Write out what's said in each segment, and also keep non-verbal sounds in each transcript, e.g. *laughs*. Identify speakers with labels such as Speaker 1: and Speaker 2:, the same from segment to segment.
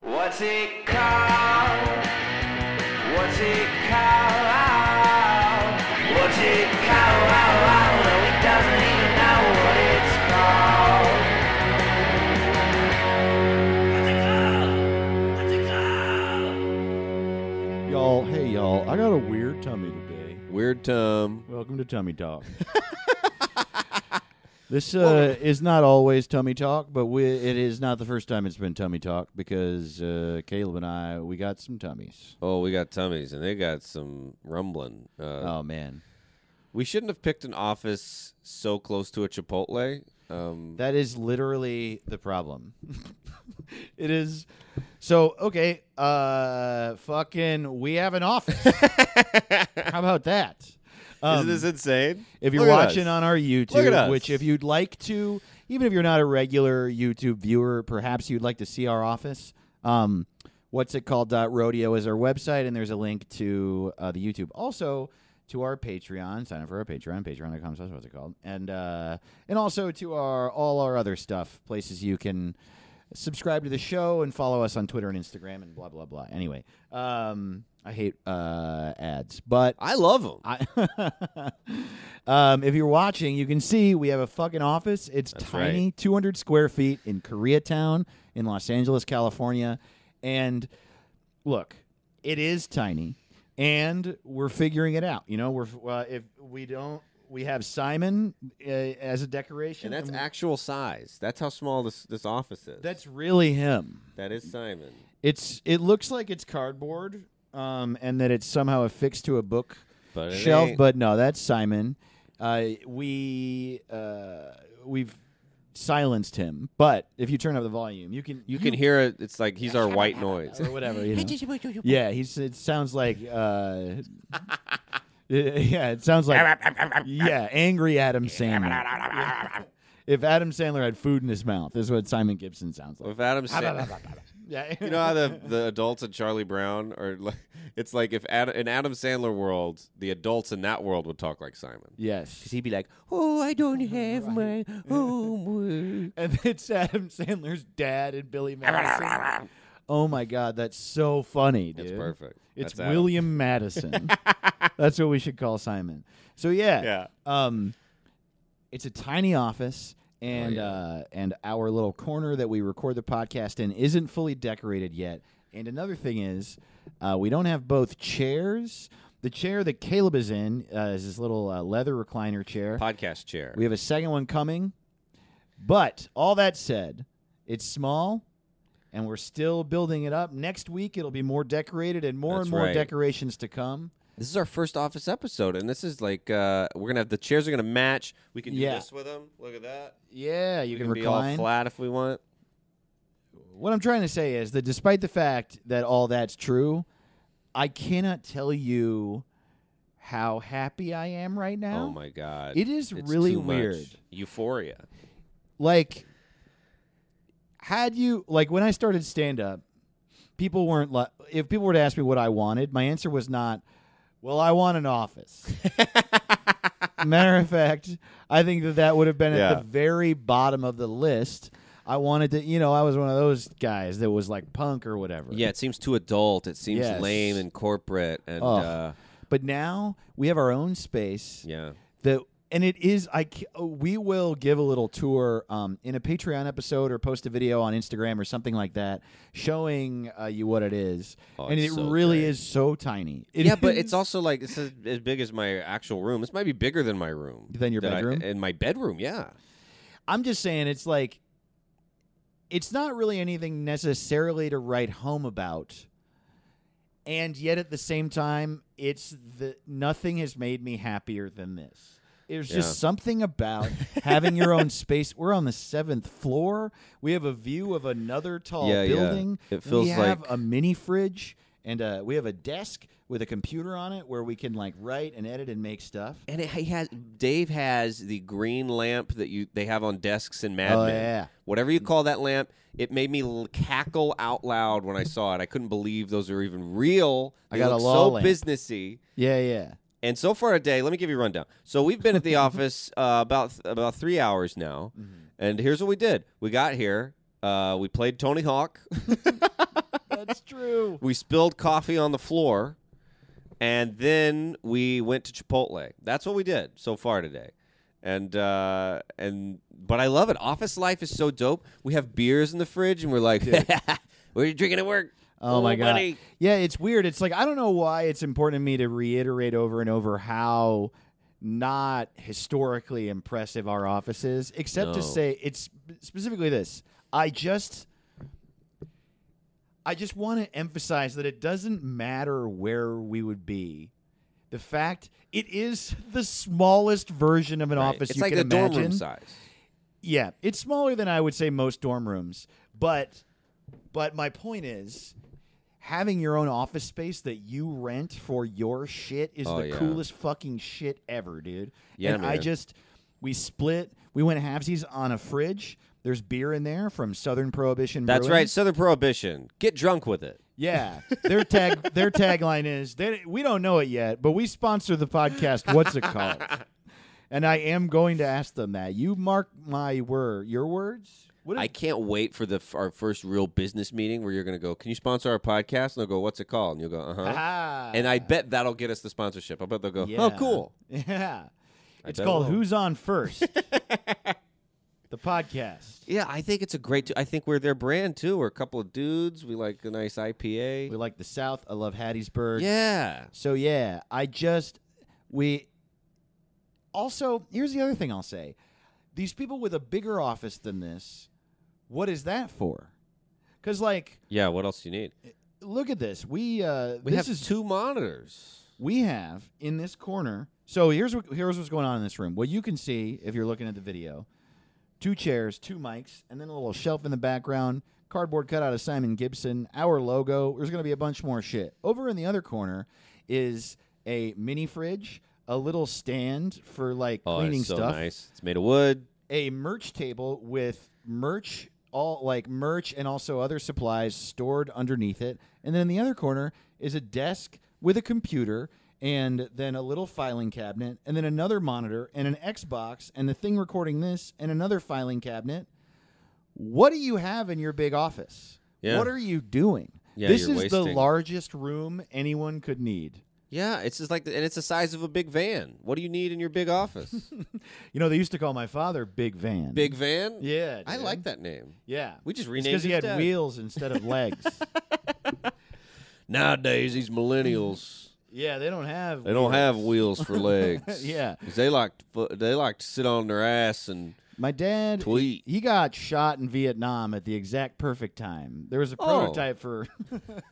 Speaker 1: What's it called? What's it called? What's it called? No, he doesn't even know what it's called. What's it called? What's it called?
Speaker 2: Y'all, hey y'all, I got a weird tummy today.
Speaker 3: Weird Tom.
Speaker 2: Welcome to Tummy Talk. this uh, is not always Tummy Talk, but we, it is not the first time it's been Tummy Talk because uh, Caleb and I we got some tummies.
Speaker 3: Oh, we got tummies, and they got some rumbling. Uh,
Speaker 2: Oh man,
Speaker 3: We shouldn't have picked an office so close to a Chipotle. Um,
Speaker 2: that is literally the problem. *laughs* it is so okay. Uh, fucking, we have an office. How about that? Um,
Speaker 3: Isn't this insane?
Speaker 2: If you're
Speaker 3: Look at
Speaker 2: watching
Speaker 3: us.
Speaker 2: on our
Speaker 3: Look at
Speaker 2: YouTube,
Speaker 3: us.
Speaker 2: which if you'd like to, even if you're not a regular YouTube viewer, perhaps you'd like to see our office. Um, what's it called? Dot rodeo is our website, and there's a link to uh, the YouTube. Also to our Patreon. Sign up for our Patreon. Patreon.com slash what's it called, and uh, and also to our all our other stuff, places you can subscribe to the show and follow us on Twitter and Instagram and blah blah blah. Anyway, um, I hate uh, ads, but
Speaker 3: I love them.
Speaker 2: I *laughs* um, if you're watching, you can see we have a fucking office. It's tiny, 200 square feet in Koreatown in Los Angeles, California. And look, it is tiny, and we're figuring it out. You know, we're uh, if we don't, we have Simon uh, as a decoration,
Speaker 3: and that's
Speaker 2: we-
Speaker 3: actual size. That's how small this this office is.
Speaker 2: that's really him.
Speaker 3: that is Simon.
Speaker 2: It's it looks like it's cardboard, um, and that it's somehow affixed to a book
Speaker 3: But it
Speaker 2: shelf,
Speaker 3: ain't.
Speaker 2: but no, that's Simon. Uh, we uh, we've silenced him, but if you turn up the volume, you can
Speaker 3: you can hear it. It's like he's our
Speaker 2: *laughs*
Speaker 3: white noise.
Speaker 2: or whatever.
Speaker 3: *laughs*
Speaker 2: You know. yeah, he's. It sounds like. Uh, *laughs* yeah, it sounds like. Yeah, angry Adam Sandler.
Speaker 3: *laughs*
Speaker 2: if Adam Sandler had food in his mouth, is what Simon Gibson sounds like.
Speaker 3: If
Speaker 2: *laughs*
Speaker 3: Adam, Sa-
Speaker 2: Yeah,
Speaker 3: you know how the, the adults in Charlie Brown are like, it's like if Ad- in Adam Sandler world, the adults in that world would talk like Simon.
Speaker 2: Yes,
Speaker 3: He'd be like, "Oh,
Speaker 2: *laughs*
Speaker 3: I don't have my homework."
Speaker 2: and it's Adam Sandler's dad and Billy
Speaker 3: *laughs*
Speaker 2: Madison. oh my God, that's so funny, dude.
Speaker 3: That's perfect.
Speaker 2: It's
Speaker 3: That's Adam.
Speaker 2: William
Speaker 3: *laughs*
Speaker 2: Madison. that's what we should call Simon. So yeah,
Speaker 3: Yeah.
Speaker 2: Um, it's a tiny office, and
Speaker 3: Oh, yeah.
Speaker 2: uh, and our little corner that we record the podcast in isn't fully decorated yet. And another thing is, uh, we don't have both chairs. The chair that Caleb is in uh, is this little uh, leather recliner chair.
Speaker 3: Podcast chair.
Speaker 2: We have a second one coming. But all that said, it's small and we're still building it up. Next week it'll be more decorated and more
Speaker 3: That's
Speaker 2: and more
Speaker 3: right.
Speaker 2: decorations to come.
Speaker 3: This is our first office episode, and this is like uh, we're gonna have the chairs are gonna match. We can do
Speaker 2: Yeah.
Speaker 3: this with them. Look at that.
Speaker 2: Yeah, you
Speaker 3: We
Speaker 2: can,
Speaker 3: be all
Speaker 2: recline.
Speaker 3: flat if we want.
Speaker 2: What I'm trying to say is that despite the fact that all that's true, I cannot tell you how happy I am right now.
Speaker 3: Oh my god,
Speaker 2: It is
Speaker 3: It's
Speaker 2: really
Speaker 3: too much.
Speaker 2: weird.
Speaker 3: Euphoria.
Speaker 2: like had you like when I started stand up, people weren't like if people were to ask me what I wanted, my answer was not, well, I want an
Speaker 3: *laughs*
Speaker 2: office. Matter of fact, I think that that would have been at
Speaker 3: Yeah.
Speaker 2: the very bottom of the list. I wanted to, you know, I was one of those guys that was like punk or whatever.
Speaker 3: Yeah, it seems too adult. It seems
Speaker 2: Yes.
Speaker 3: lame and corporate, and
Speaker 2: Ugh.
Speaker 3: uh,
Speaker 2: But now we have our own space.
Speaker 3: yeah,
Speaker 2: that and it is i ca- uh, we will give a little tour um, in a patreon episode or post a video on instagram or something like that showing uh, you what it is
Speaker 3: Oh,
Speaker 2: and it
Speaker 3: it's so
Speaker 2: really
Speaker 3: great.
Speaker 2: is so tiny It
Speaker 3: yeah. But
Speaker 2: is-
Speaker 3: it's also like it's as, as big as my actual room. This might be bigger than my room.
Speaker 2: Than your
Speaker 3: that I-
Speaker 2: bedroom?
Speaker 3: in my bedroom, yeah.
Speaker 2: i'm just saying it's like it's not really anything necessarily to write home about and yet at the same time it's the nothing has made me happier than this there's
Speaker 3: Yeah.
Speaker 2: just something
Speaker 3: *laughs*
Speaker 2: about having your own space we're on the seventh floor we have a view of another tall
Speaker 3: Yeah, yeah.
Speaker 2: building
Speaker 3: It feels
Speaker 2: we have
Speaker 3: like-
Speaker 2: a mini fridge and uh, we have a desk with a computer on it where we can like write and edit and make stuff
Speaker 3: And it he has Dave has the green lamp that you they have on desks in Mad
Speaker 2: Oh,
Speaker 3: Men.
Speaker 2: yeah.
Speaker 3: Whatever you call that lamp, it made me l- cackle out loud when I saw it. I couldn't believe those were even real.
Speaker 2: I
Speaker 3: They
Speaker 2: got a
Speaker 3: look
Speaker 2: law
Speaker 3: so
Speaker 2: lamp.
Speaker 3: businessy.
Speaker 2: yeah yeah
Speaker 3: And so far a day, let me give you a rundown. So we've been
Speaker 2: *laughs*
Speaker 3: at the office uh, about about three hours now,
Speaker 2: Mm-hmm.
Speaker 3: and here's what we did. We got here. Uh, we played Tony Hawk. *laughs* we spilled coffee on the floor, and then we went to Chipotle. That's what we did so far today. And uh, and but I love it. Office life is so dope. We have beers in the fridge, and we're
Speaker 2: *laughs*
Speaker 3: like, *laughs* "What are you drinking at work?"
Speaker 2: Oh my god.
Speaker 3: buddy."
Speaker 2: Yeah, it's weird. It's like I don't know why it's important to me to reiterate over and over how not historically impressive our office is, except to
Speaker 3: No.
Speaker 2: say it's specifically this. I just I just want to emphasize that it doesn't matter where we would be. The fact it is the smallest version of an
Speaker 3: Right.
Speaker 2: office
Speaker 3: It's
Speaker 2: you
Speaker 3: like
Speaker 2: can
Speaker 3: the
Speaker 2: imagine.
Speaker 3: dorm room size.
Speaker 2: Yeah, it's smaller than I would say most dorm rooms, but but my point is having your own office space that you rent for your shit is
Speaker 3: Oh,
Speaker 2: the
Speaker 3: yeah.
Speaker 2: coolest fucking shit ever, dude.
Speaker 3: Yeah,
Speaker 2: and I
Speaker 3: man.
Speaker 2: just we split, we went halvesies on a fridge. There's beer in there from Southern Prohibition.
Speaker 3: That's
Speaker 2: Brewing.
Speaker 3: right. Southern Prohibition. Get drunk with it.
Speaker 2: Yeah, their tag
Speaker 3: *laughs*
Speaker 2: their tagline is they, we don't know it yet, but we sponsor the podcast. What's it called?
Speaker 3: *laughs*
Speaker 2: and I am going to ask them that. You mark my word, your words. What
Speaker 3: I can't wait for the f- our first real business meeting where you're going to go, "Can you sponsor our podcast?" And they'll go, "What's it called?" And you'll go, "Uh huh."
Speaker 2: *laughs* Ah.
Speaker 3: And I bet that'll get us the sponsorship. I bet they'll go, "Oh,
Speaker 2: Yeah.
Speaker 3: cool."
Speaker 2: Yeah.
Speaker 3: I
Speaker 2: It's
Speaker 3: bet it
Speaker 2: called
Speaker 3: will.
Speaker 2: Who's On
Speaker 3: *laughs*
Speaker 2: First? the podcast.
Speaker 3: Yeah, I think it's a great. I think we're their brand too. We're a couple of dudes. We like a nice IPA.
Speaker 2: We like the South. I love Hattiesburg.
Speaker 3: yeah,
Speaker 2: So yeah, I just we also here's the other thing I'll say. These people with a bigger office than this, what is that for? Cuz like
Speaker 3: yeah. What else do you need?
Speaker 2: look at this. We uh
Speaker 3: We
Speaker 2: this
Speaker 3: have
Speaker 2: is
Speaker 3: two monitors.
Speaker 2: we have in this corner. So here's what, here's what's going on in this room. What you can see if you're looking at the video, two chairs, two mics, and then a little shelf in the background, cardboard cutout of Simon Gibson, our logo. There's going to be a bunch more shit. Over in the other corner is a mini fridge, a little stand for like
Speaker 3: Oh,
Speaker 2: cleaning
Speaker 3: it's so
Speaker 2: stuff,
Speaker 3: nice. It's made of wood.
Speaker 2: a merch table with merch all like merch and also other supplies stored underneath it and then in the other corner is a desk with a computer and then a little filing cabinet and then another monitor and an xbox and the thing recording this and another filing cabinet what do you have in your big office
Speaker 3: Yeah.
Speaker 2: what are you doing
Speaker 3: Yeah,
Speaker 2: this
Speaker 3: you're
Speaker 2: is the
Speaker 3: wasting-
Speaker 2: largest room anyone could need
Speaker 3: Yeah, it's just like, the, and it's the size of a big van. What do you need in your big office? *laughs*
Speaker 2: you know they used to call my father big van
Speaker 3: big van.
Speaker 2: yeah
Speaker 3: I
Speaker 2: dude.
Speaker 3: like that name.
Speaker 2: yeah
Speaker 3: We just renamed
Speaker 2: because he
Speaker 3: his
Speaker 2: had
Speaker 3: dad.
Speaker 2: wheels instead *laughs* of legs
Speaker 3: Nowadays, these *laughs* millennials.
Speaker 2: Yeah, they don't have.
Speaker 3: They don't have wheels *laughs* for legs.
Speaker 2: Yeah.
Speaker 3: 'Cause they like to, fu- they like to sit on their ass and
Speaker 2: My dad,
Speaker 3: Tweet.
Speaker 2: he got shot in Vietnam at the exact perfect time. There was a
Speaker 3: Oh.
Speaker 2: prototype for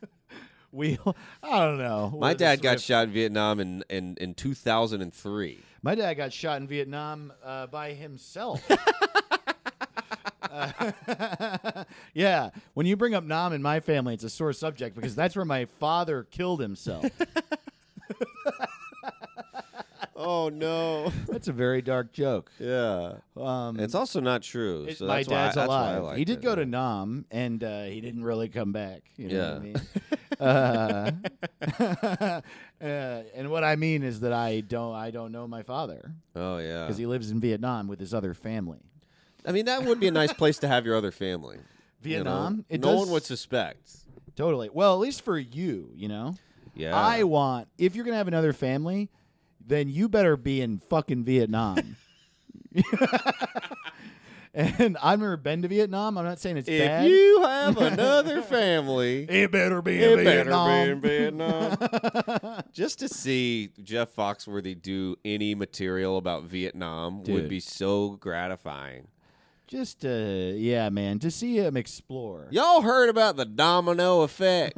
Speaker 2: *laughs* wheel. I don't know.
Speaker 3: my
Speaker 2: whether
Speaker 3: dad got
Speaker 2: Swift-
Speaker 3: shot in Vietnam in in, in 2003.
Speaker 2: My dad got shot in Vietnam uh, by
Speaker 3: *laughs*
Speaker 2: himself. *laughs* Uh, yeah, when you bring up Nam in my family, it's a sore subject because that's where my father killed
Speaker 3: *laughs*
Speaker 2: himself.
Speaker 3: Oh no.
Speaker 2: that's a very dark joke.
Speaker 3: *laughs* yeah.
Speaker 2: Um,
Speaker 3: It's also not true.
Speaker 2: It-
Speaker 3: so
Speaker 2: my
Speaker 3: that's why I-
Speaker 2: dad's
Speaker 3: that's why I
Speaker 2: alive. he
Speaker 3: liked
Speaker 2: did
Speaker 3: it,
Speaker 2: go to
Speaker 3: yeah.
Speaker 2: Nam, and uh, he didn't really come back. You know
Speaker 3: Yeah.
Speaker 2: what
Speaker 3: *laughs*
Speaker 2: I mean? Uh, *laughs* uh, and what I mean is that I don't, I don't know my father
Speaker 3: Oh yeah.
Speaker 2: because he lives in Vietnam with his other family.
Speaker 3: I mean, that would be a nice place to have your other family. you know?
Speaker 2: Vietnam, it
Speaker 3: no
Speaker 2: does-
Speaker 3: one would suspect.
Speaker 2: Totally. Well, at least for you, you know.
Speaker 3: Yeah.
Speaker 2: I want if you're gonna have another family, then you better be in fucking
Speaker 3: *laughs*
Speaker 2: Vietnam. *laughs* and I've never been to Vietnam. I'm not saying it's
Speaker 3: if
Speaker 2: bad.
Speaker 3: you have
Speaker 2: *laughs*
Speaker 3: another family,
Speaker 2: it better be
Speaker 3: It better be in Vietnam.
Speaker 2: *laughs*
Speaker 3: Just to see Jeff Foxworthy do any material about Vietnam
Speaker 2: Dude.
Speaker 3: would be so gratifying.
Speaker 2: Just uh yeah, man, to see him explore.
Speaker 3: Y'all heard about the domino
Speaker 2: *laughs*
Speaker 3: effect.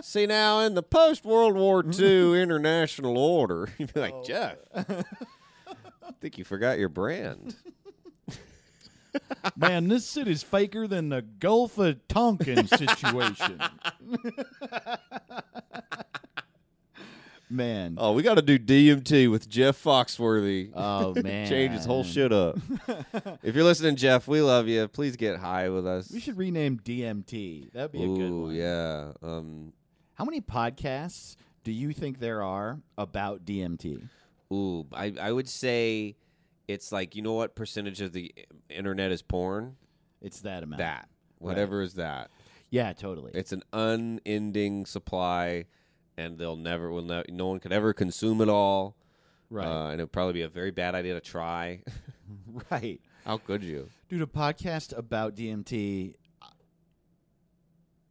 Speaker 3: see, now in the post World War
Speaker 2: Mm-hmm.
Speaker 3: II international order, *laughs* you'd be like,
Speaker 2: Oh. *laughs*
Speaker 3: Jeff, I think you forgot your brand.
Speaker 2: Man, this city's faker than the Gulf of Tonkin situation. man.
Speaker 3: Oh, we got to do DMT with Jeff Foxworthy.
Speaker 2: Oh, man.
Speaker 3: *laughs* Change his whole
Speaker 2: *laughs*
Speaker 3: shit up. if you're listening, Jeff, we love you. Please get high with us.
Speaker 2: We should rename DMT. That'd be a good
Speaker 3: Ooh,
Speaker 2: one.
Speaker 3: yeah. Um,
Speaker 2: How many podcasts do you think there are about DMT?
Speaker 3: ooh, I, I would say it's like, you know what percentage of the internet is porn?
Speaker 2: It's that amount.
Speaker 3: That. Whatever is that.
Speaker 2: Yeah, totally.
Speaker 3: It's an unending supply, and they'll never will no, no one could ever consume it all.
Speaker 2: right.
Speaker 3: Uh, and it would probably be a very bad idea to try.
Speaker 2: *laughs*
Speaker 3: *laughs*
Speaker 2: right.
Speaker 3: How could you?
Speaker 2: Dude, a podcast about DMT.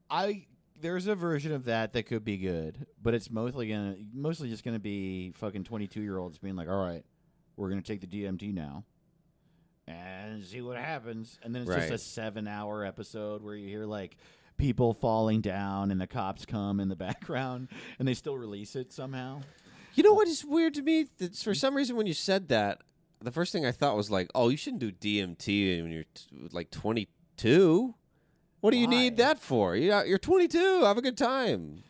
Speaker 2: I there's a version of that that could be good, but it's mostly gonna mostly just gonna be fucking twenty two year olds being like, "All right, we're gonna take the DMT now." And see what happens, and then it's just
Speaker 3: Right.
Speaker 2: a seven-hour episode where you hear like people falling down, and the cops come in the *laughs* background, and they still release it somehow.
Speaker 3: You know what is weird to me? That's for some reason when you said that, the first thing I thought was like, "Oh, you shouldn't do DMT when you're t- like 22." What do you
Speaker 2: Why?
Speaker 3: need that for? You're you're 22. Have a good time.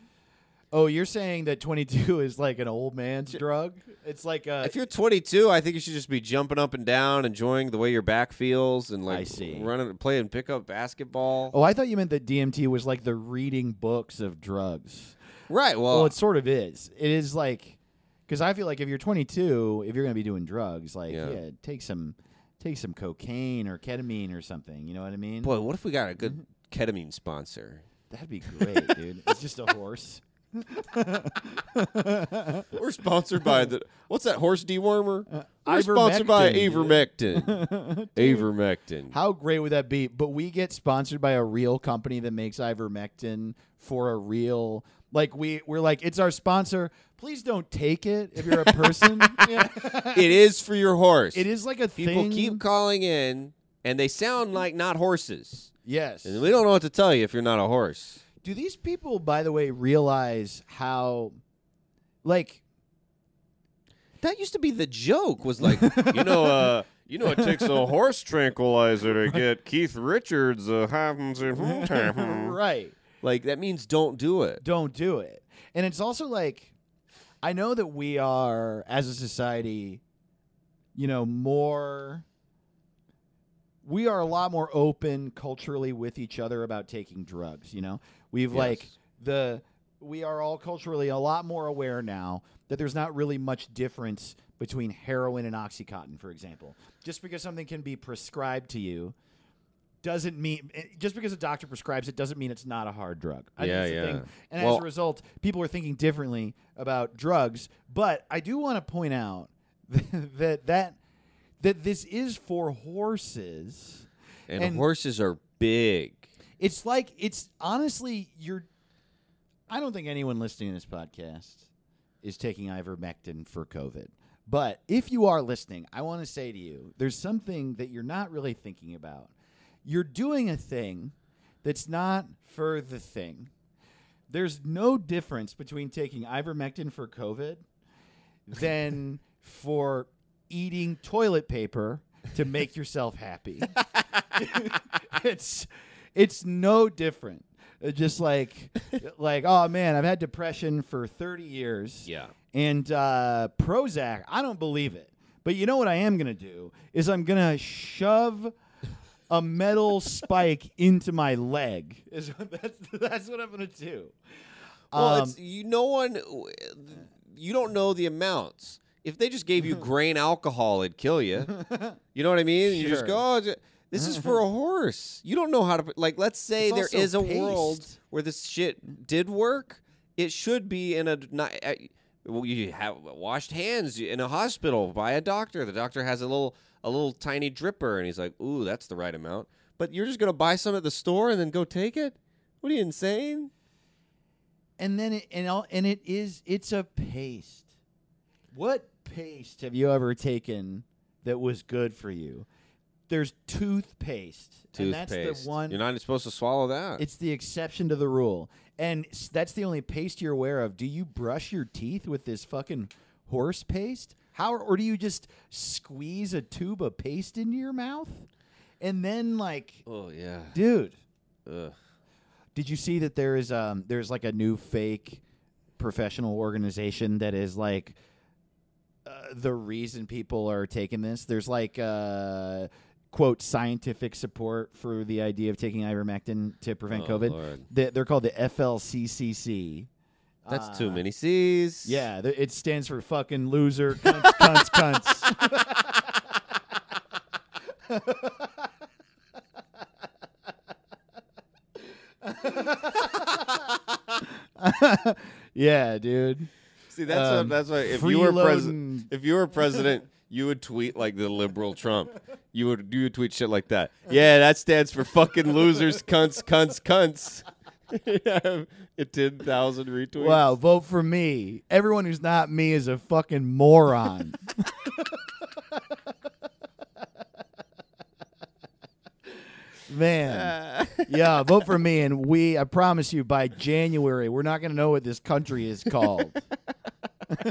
Speaker 2: Oh, you're saying that 22 is like an old man's drug? It's like a
Speaker 3: If you're 22, I think you should just be jumping up and down, enjoying the way your back feels, and like
Speaker 2: I see.
Speaker 3: running, playing pickup basketball.
Speaker 2: Oh, I thought you meant that DMT was like the reading books of drugs.
Speaker 3: Right. Well,
Speaker 2: Well, it sort of is. It is like because I feel like if you're 22, if you're going to be doing drugs, like yeah.
Speaker 3: Yeah.
Speaker 2: take some take some cocaine or ketamine or something. You know what I mean?
Speaker 3: boy, what if we got a good
Speaker 2: Mm-hmm.
Speaker 3: ketamine sponsor?
Speaker 2: That'd be great, *laughs* dude. It's just a horse.
Speaker 3: We're sponsored by the what's that horse dewormer?
Speaker 2: We're sponsored by
Speaker 3: Avermectin.
Speaker 2: *laughs*
Speaker 3: Avermectin.
Speaker 2: How great would that be? But we get sponsored by a real company that makes ivermectin for a real. Like we we're like it's our sponsor. Please don't take it if you're a
Speaker 3: *laughs*
Speaker 2: person. Yeah.
Speaker 3: it is for your horse.
Speaker 2: It is like a
Speaker 3: People
Speaker 2: thing.
Speaker 3: keep calling in, and they sound like not horses,
Speaker 2: yes.
Speaker 3: and we don't know what to tell you if you're not a horse.
Speaker 2: Do these people, by the way, realize how, like,
Speaker 3: That used to be the joke. Was like, you
Speaker 2: *laughs*
Speaker 3: know, uh, you know, it takes a horse tranquilizer to get Keith Richards. Uh,
Speaker 2: *laughs*
Speaker 3: Mm-hmm.
Speaker 2: right?
Speaker 3: like that means don't do it.
Speaker 2: Don't do it. And it's also like, I know that we are as a society, you know, more. We are a lot more open culturally with each other about taking drugs. You know, we've
Speaker 3: Yes.
Speaker 2: like the we are all culturally a lot more aware now that there's not really much difference between heroin and oxycontin for example just because something can be prescribed to you doesn't mean eh, just because a doctor prescribes it doesn't mean it's not a hard drug I think
Speaker 3: Yeah,
Speaker 2: that's the
Speaker 3: yeah.
Speaker 2: thing. and as
Speaker 3: Well-
Speaker 2: a result people are thinking differently about drugs but i do want to point out *laughs* that that that this is for horses
Speaker 3: And,
Speaker 2: And-
Speaker 3: horses are big.
Speaker 2: it's like it's honestly you're. I don't think anyone listening to this podcast is taking ivermectin for COVID. But if you are listening, I want to say to you, there's something that you're not really thinking about. You're doing a thing that's not for the thing. There's no difference between taking ivermectin for COVID than for eating toilet paper to make yourself happy. it's it's no different. Uh, Just like like oh man, I've had depression for 30 years.
Speaker 3: Yeah.
Speaker 2: And uh, Prozac, I don't believe it. But you know what I am going to do is I'm going to shove a metal *laughs* spike into my leg. Is what, that's that's what I'm going to do.
Speaker 3: Well,
Speaker 2: Um,
Speaker 3: it's, you no one, uh, you don't know the amounts. If they just
Speaker 2: *laughs*
Speaker 3: gave you grain alcohol, it'd kill you. You know what I mean? You just
Speaker 2: Sure.
Speaker 3: go. "Oh, j- this is for a horse. You don't know how to. Like, let's say
Speaker 2: It's
Speaker 3: there
Speaker 2: also
Speaker 3: is a world
Speaker 2: paste.
Speaker 3: where this shit did work. It should be in a not. uh, Well, you have washed hands in a hospital by a doctor. The doctor has a little, a little tiny dripper, and he's like, "Ooh, that's the right amount." But you're just gonna buy some at the store and then go take it? What are you insane?
Speaker 2: and then it and all and it is it's a paste. What paste have you ever taken that was good for you? There's toothpaste, and that's the one.
Speaker 3: You're not supposed to swallow
Speaker 2: *laughs*
Speaker 3: that.
Speaker 2: it's the exception to the rule, and s- that's the only paste you're aware of. Do you brush your teeth with this fucking horse paste? How or do you just squeeze a tube of paste into your mouth, and then like,
Speaker 3: oh yeah.
Speaker 2: dude?
Speaker 3: Ugh.
Speaker 2: Did you see that there is um there's like a new fake professional organization that is like uh, the reason people are taking this? There's like uh quote scientific support for the idea of taking ivermectin to prevent
Speaker 3: Oh,
Speaker 2: COVID.
Speaker 3: Lord.
Speaker 2: They, they're called the FLCCC.
Speaker 3: That's
Speaker 2: Uh,
Speaker 3: too many C's.
Speaker 2: Yeah, th- it stands for fucking loser, cunts, cunts, cunts. *laughs* yeah, dude.
Speaker 3: See, that's
Speaker 2: Um,
Speaker 3: what, that's what if you were
Speaker 2: freeloading.
Speaker 3: president, if you were president, you would tweet like the liberal Trump. You would you would tweet shit like that. Yeah, that stands for fucking losers, cunts, cunts, *laughs* cunts. it ten thousand retweets.
Speaker 2: Wow, vote for me. Everyone who's not me is a fucking moron. Man. Yeah, vote for me and we I promise you by January we're not going to know what this country is called. *laughs*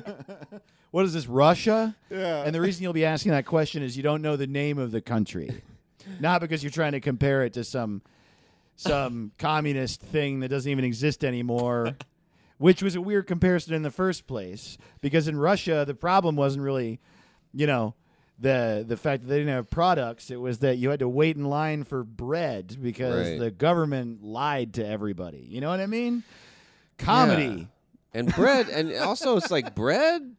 Speaker 2: what is this Russia?
Speaker 3: Yeah.
Speaker 2: And the reason you'll be asking that question is you don't know the name of the country. Not because you're trying to compare it to some
Speaker 3: *laughs*
Speaker 2: some communist thing that doesn't even exist anymore, which was a weird comparison in the first place. Because in Russia, the problem wasn't really, you know, the the fact that they didn't have products. It was that you had to wait in line for bread because
Speaker 3: Right.
Speaker 2: the government lied to everybody. You know what I mean? Comedy.
Speaker 3: and bread, and also it's like bread.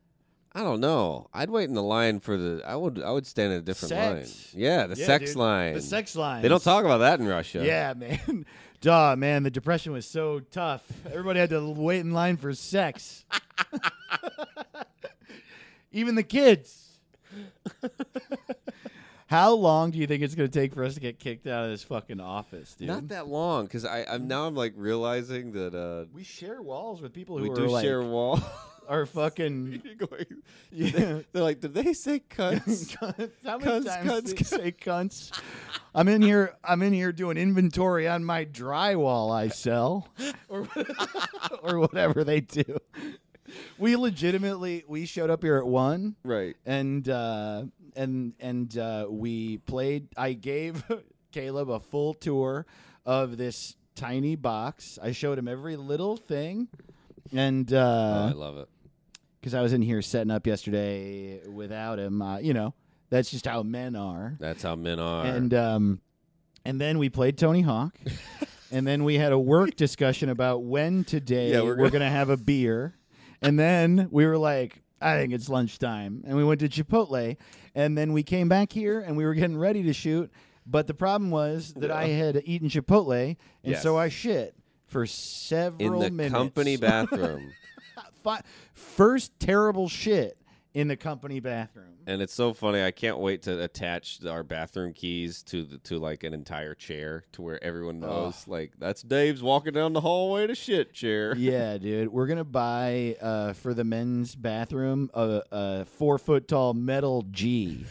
Speaker 3: I don't know. I'd wait in the line for the. I would. I would stand in a different
Speaker 2: Sex.
Speaker 3: line. Yeah, the
Speaker 2: Yeah,
Speaker 3: sex
Speaker 2: dude.
Speaker 3: line.
Speaker 2: The sex line.
Speaker 3: They don't talk about that in Russia.
Speaker 2: Yeah, *laughs* man. Duh, man. The depression was so tough. Everybody had to wait in line for sex. *laughs* Even the kids. *laughs* How long do you think it's going to take for us to get kicked out of this fucking office, dude?
Speaker 3: Not that long, because I I'm now I'm like realizing that uh,
Speaker 2: we share walls with people who
Speaker 3: we
Speaker 2: are
Speaker 3: do
Speaker 2: like
Speaker 3: share wall. *laughs*
Speaker 2: are fucking.
Speaker 3: Going-
Speaker 2: Yeah.
Speaker 3: They're like, did they say
Speaker 2: *laughs*
Speaker 3: cunts?
Speaker 2: Cunts. How many
Speaker 3: Cunts,
Speaker 2: times
Speaker 3: cunts,
Speaker 2: did you say cunts? I'm in here. I'm in here doing inventory on my drywall I sell, or what- *laughs* or whatever they do. We legitimately we showed up here at one
Speaker 3: right.
Speaker 2: and uh, and and uh, we played. I gave *laughs* Caleb a full tour of this tiny box. I showed him every little thing, and
Speaker 3: Oh, I
Speaker 2: uh,
Speaker 3: love it.
Speaker 2: because I was in here setting up yesterday without him. Uh, you know, that's just how men are.
Speaker 3: That's how men are.
Speaker 2: And um, and then we played Tony
Speaker 3: *laughs*
Speaker 2: Hawk, and then we had a work discussion about when today
Speaker 3: Yeah,
Speaker 2: we're,
Speaker 3: we're
Speaker 2: gonna... have a beer, and then we were like. I think it's lunchtime, and we went to Chipotle, and then we came back here, and we were getting ready to shoot. But the problem was that I had eaten Chipotle, and
Speaker 3: Yes.
Speaker 2: so I shit for
Speaker 3: in
Speaker 2: several
Speaker 3: the
Speaker 2: minutes *laughs*
Speaker 3: company bathroom.
Speaker 2: fi- first terrible shit in the company bathroom.
Speaker 3: and it's so funny. I can't wait to attach our bathroom keys to the, to like an entire chair to where everyone knows like that's Dave's walking down the hallway to shit chair.
Speaker 2: yeah, dude, we're gonna buy uh, for the men's bathroom a, a four foot tall metal G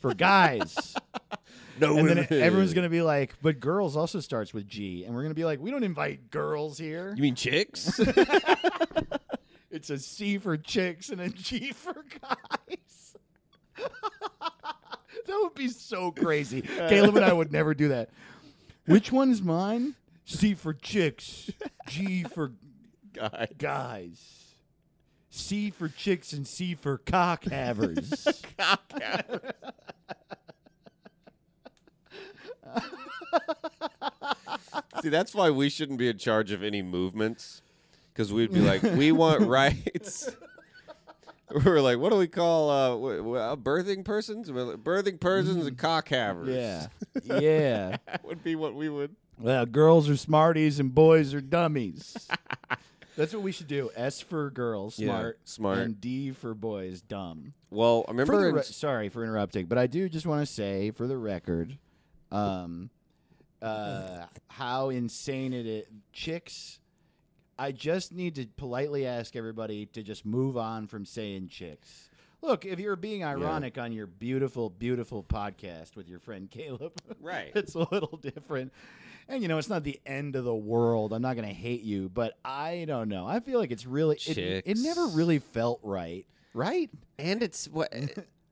Speaker 2: for guys,
Speaker 3: *laughs* No,
Speaker 2: and then everyone's gonna be like, "But girls also starts with G," and we're gonna be like, "We don't invite girls here.
Speaker 3: You mean chicks? *laughs*
Speaker 2: *laughs* It's a C for chicks and a G *laughs* for guys." *laughs* that would be so crazy. Caleb and I would never do that. Which one's mine? C for chicks, G for
Speaker 3: Guy.
Speaker 2: guys. C for chicks and C for cock
Speaker 3: *laughs*
Speaker 2: havers.
Speaker 3: See, that's why we shouldn't be in charge of any movements because we'd be like, *laughs* we want rights. *laughs* We're like, what do we call uh, wh- wh- uh, birthing persons? We're like, birthing persons and cock havers.
Speaker 2: yeah. Yeah.
Speaker 3: *laughs* that would be what we would.
Speaker 2: *laughs* Well, girls are smarties and boys are dummies. *laughs* That's what we should do. S for girls,
Speaker 3: Yeah,
Speaker 2: smart.
Speaker 3: smart.
Speaker 2: And D for boys, dumb.
Speaker 3: Well, I
Speaker 2: For
Speaker 3: remember.
Speaker 2: the
Speaker 3: in
Speaker 2: re-
Speaker 3: s-
Speaker 2: sorry for interrupting, but I do just want to say for the record um, uh, how insane it is. Chicks, I just need to politely ask everybody to just move on from saying chicks. Look, if you're being ironic on your beautiful, beautiful podcast with your friend Caleb, *laughs*
Speaker 3: Right.
Speaker 2: it's a little different. And you know, it's not the end of the world. I'm not going to hate you, but I don't know. I feel like it's really it, it
Speaker 3: Chicks.
Speaker 2: never really felt right, right?
Speaker 3: and it's *laughs* what.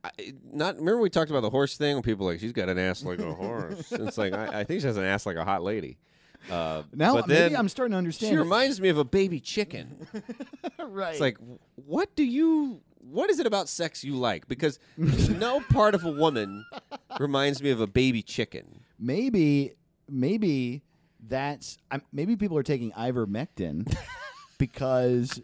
Speaker 3: I, not remember we talked about the horse thing when people were like she's got an ass like a *laughs* horse. it's like I, I think she has an ass like a hot lady. Uh,
Speaker 2: Now
Speaker 3: but
Speaker 2: maybe
Speaker 3: then
Speaker 2: I'm starting to understand.
Speaker 3: she reminds me of a baby chicken.
Speaker 2: right.
Speaker 3: It's like, what do you? What is it about sex you like? Because *laughs* no part of a woman reminds me of a baby chicken.
Speaker 2: maybe maybe that's I'm maybe people are taking
Speaker 3: *laughs*
Speaker 2: ivermectin because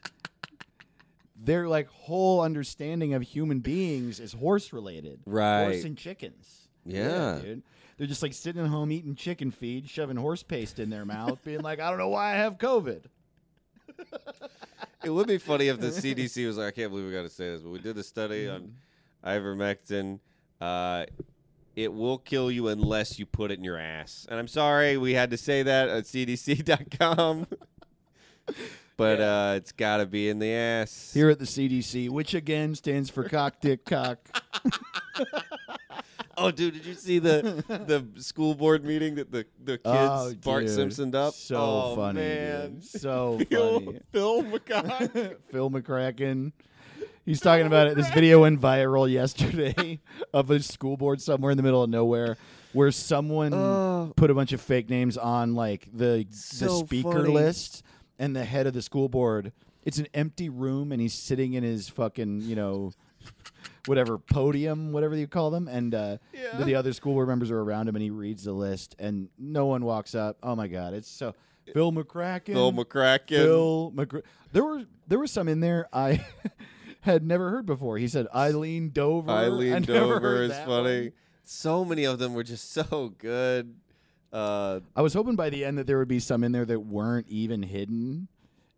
Speaker 2: their like whole understanding of human beings is horse related,
Speaker 3: Right.
Speaker 2: Horse and chickens.
Speaker 3: Yeah.
Speaker 2: dude. They're just like sitting at home eating chicken feed, shoving horse paste in their mouth, being like, I don't know why I have COVID.
Speaker 3: It would be funny if the CDC was like, I can't believe we got to say this, but we did a study on ivermectin. Uh, it will kill you unless you put it in your ass. And I'm sorry we had to say that at CDC.com, *laughs* but uh, it's got to be in the ass.
Speaker 2: Here at the CDC, which again stands for cock, dick, cock.
Speaker 3: Oh, dude, did you see the
Speaker 2: *laughs*
Speaker 3: the school board meeting that the the kids
Speaker 2: Oh,
Speaker 3: Bart
Speaker 2: dude.
Speaker 3: Simpsoned up?
Speaker 2: So
Speaker 3: oh,
Speaker 2: funny,
Speaker 3: man.
Speaker 2: dude.
Speaker 3: *laughs*
Speaker 2: So
Speaker 3: Phil,
Speaker 2: funny.
Speaker 3: Phil McCock.
Speaker 2: *laughs* Phil McCracken. He's talking about it. This video went viral yesterday *laughs* of a school board somewhere in the middle of nowhere where someone
Speaker 3: Oh.
Speaker 2: put a bunch of fake names on like the the
Speaker 3: So
Speaker 2: speaker
Speaker 3: funny.
Speaker 2: list and the head of the school board. It's an empty room and he's sitting in his fucking, you know, whatever podium, whatever you call them, and uh,
Speaker 3: Yeah.
Speaker 2: the, the other school board members are around him and he reads the list and no one walks up. Oh my god, it's so Phil McCracken.
Speaker 3: Phil McCracken.
Speaker 2: Phil McGr- There were there was some in there I *laughs* had never heard before. He said Eileen Dover. I
Speaker 3: Eileen
Speaker 2: never
Speaker 3: Dover
Speaker 2: heard
Speaker 3: is
Speaker 2: that
Speaker 3: funny.
Speaker 2: one.
Speaker 3: So many of them were just so good. Uh,
Speaker 2: I was hoping by the end that there would be some in there that weren't even hidden.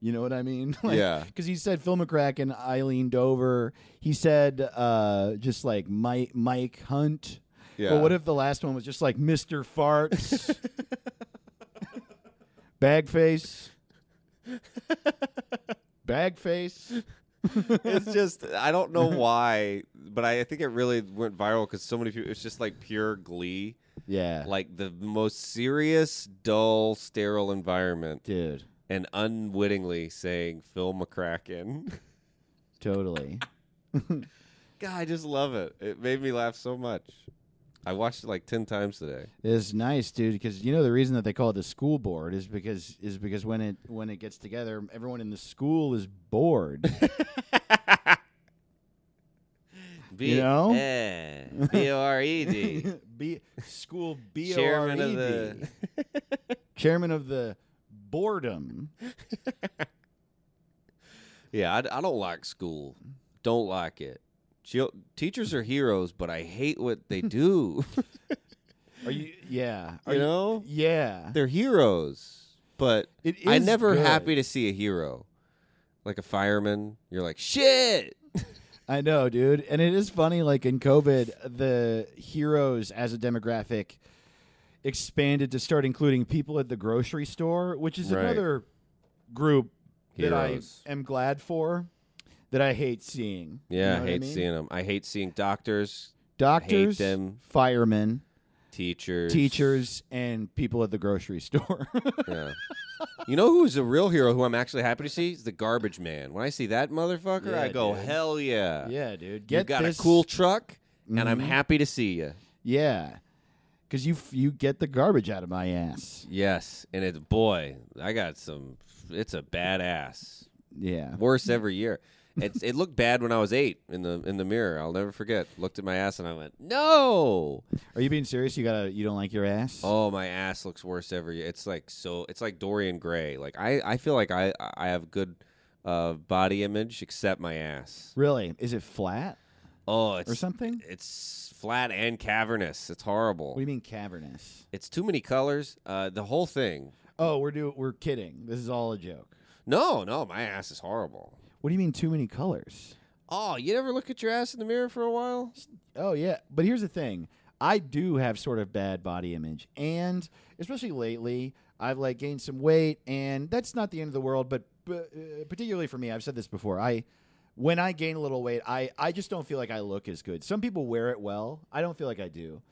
Speaker 2: You know what I mean? *laughs*
Speaker 3: Yeah.
Speaker 2: Because he said Phil McCracken, Eileen Dover. He said uh, just like Mike Mike Hunt.
Speaker 3: yeah.
Speaker 2: But what if the last one was just like Mr. Farts? Bagface. Bagface.
Speaker 3: *laughs* it's just I
Speaker 2: *laughs*
Speaker 3: don't know why, but I, I think it really went viral because so many people. It's just like pure glee,
Speaker 2: Yeah.
Speaker 3: like the most serious, dull, sterile environment.
Speaker 2: Dude.
Speaker 3: and unwittingly saying Phil McCracken. *laughs*
Speaker 2: Totally.
Speaker 3: God, I just love it. It made me laugh so much. I watched it like ten times today.
Speaker 2: It's nice, dude, because you know the reason that they call it the school board is because is because when it when it gets together, everyone in the school is bored. *laughs*
Speaker 3: B-
Speaker 2: You know?
Speaker 3: *laughs* B O R
Speaker 2: *laughs*
Speaker 3: E D.
Speaker 2: B school B O R
Speaker 3: Chairman of
Speaker 2: E D.
Speaker 3: the.
Speaker 2: Chairman of the boredom.
Speaker 3: *laughs* Yeah, I, I don't like school. Don't like it. Chil- teachers are heroes, but I hate what they do.
Speaker 2: Are you? Yeah. *laughs* Are
Speaker 3: *laughs*
Speaker 2: *laughs*
Speaker 3: you know,
Speaker 2: Yeah.
Speaker 3: they're heroes, but
Speaker 2: It is
Speaker 3: I never
Speaker 2: good.
Speaker 3: happy to see a hero, like a fireman. You're like shit.
Speaker 2: I know, dude. And it is funny, like in COVID, the heroes as a demographic expanded to start including people at the grocery store, which is
Speaker 3: Right.
Speaker 2: another group
Speaker 3: Heroes.
Speaker 2: that I am glad for that I hate seeing. You
Speaker 3: Yeah,
Speaker 2: know
Speaker 3: I
Speaker 2: what
Speaker 3: hate
Speaker 2: mean?
Speaker 3: seeing them. I hate seeing doctors,
Speaker 2: Doctors,
Speaker 3: them.
Speaker 2: firemen,
Speaker 3: teachers,
Speaker 2: teachers, and people at the grocery *laughs*
Speaker 3: *laughs*
Speaker 2: store.
Speaker 3: Yeah. you know who's a real hero? Who I'm actually happy to see is the garbage man. When I see that motherfucker,
Speaker 2: Yeah,
Speaker 3: I go
Speaker 2: dude.
Speaker 3: hell yeah.
Speaker 2: yeah, dude.
Speaker 3: you
Speaker 2: Get
Speaker 3: got
Speaker 2: this.
Speaker 3: a cool truck, and I'm
Speaker 2: Mhm.
Speaker 3: happy to see you.
Speaker 2: Yeah, because you f- you get the garbage out of my ass.
Speaker 3: Yes, and it's boy, I got some. It's a badass.
Speaker 2: Yeah.
Speaker 3: Worse every year. It's, it looked bad when I was eight in the in the mirror. I'll never forget. Looked at my ass and I went, "No!"
Speaker 2: Are you being serious? You gotta. You don't like your ass?
Speaker 3: Oh, my ass looks worse every year. It's like so. It's like Dorian Gray. Like I, I feel like I, I have good uh, body image except my ass.
Speaker 2: Really? Is it flat
Speaker 3: Oh, it's
Speaker 2: or something?
Speaker 3: it's flat and cavernous. It's horrible.
Speaker 2: What do you mean cavernous?
Speaker 3: It's too many colors. Uh, the whole thing.
Speaker 2: Oh, we're do we're kidding. This is all a joke.
Speaker 3: No, no, my ass is horrible.
Speaker 2: What do you mean too many colors?
Speaker 3: Oh, you never look at your ass in the mirror for a while?
Speaker 2: Oh yeah, but here's the thing. I do have sort of bad body image, and especially lately, I've like gained some weight, and that's not the end of the world. But but, uh, particularly for me, I've said this before. I when I gain a little weight, I I just don't feel like I look as good. Some people wear it well. I don't feel like I do.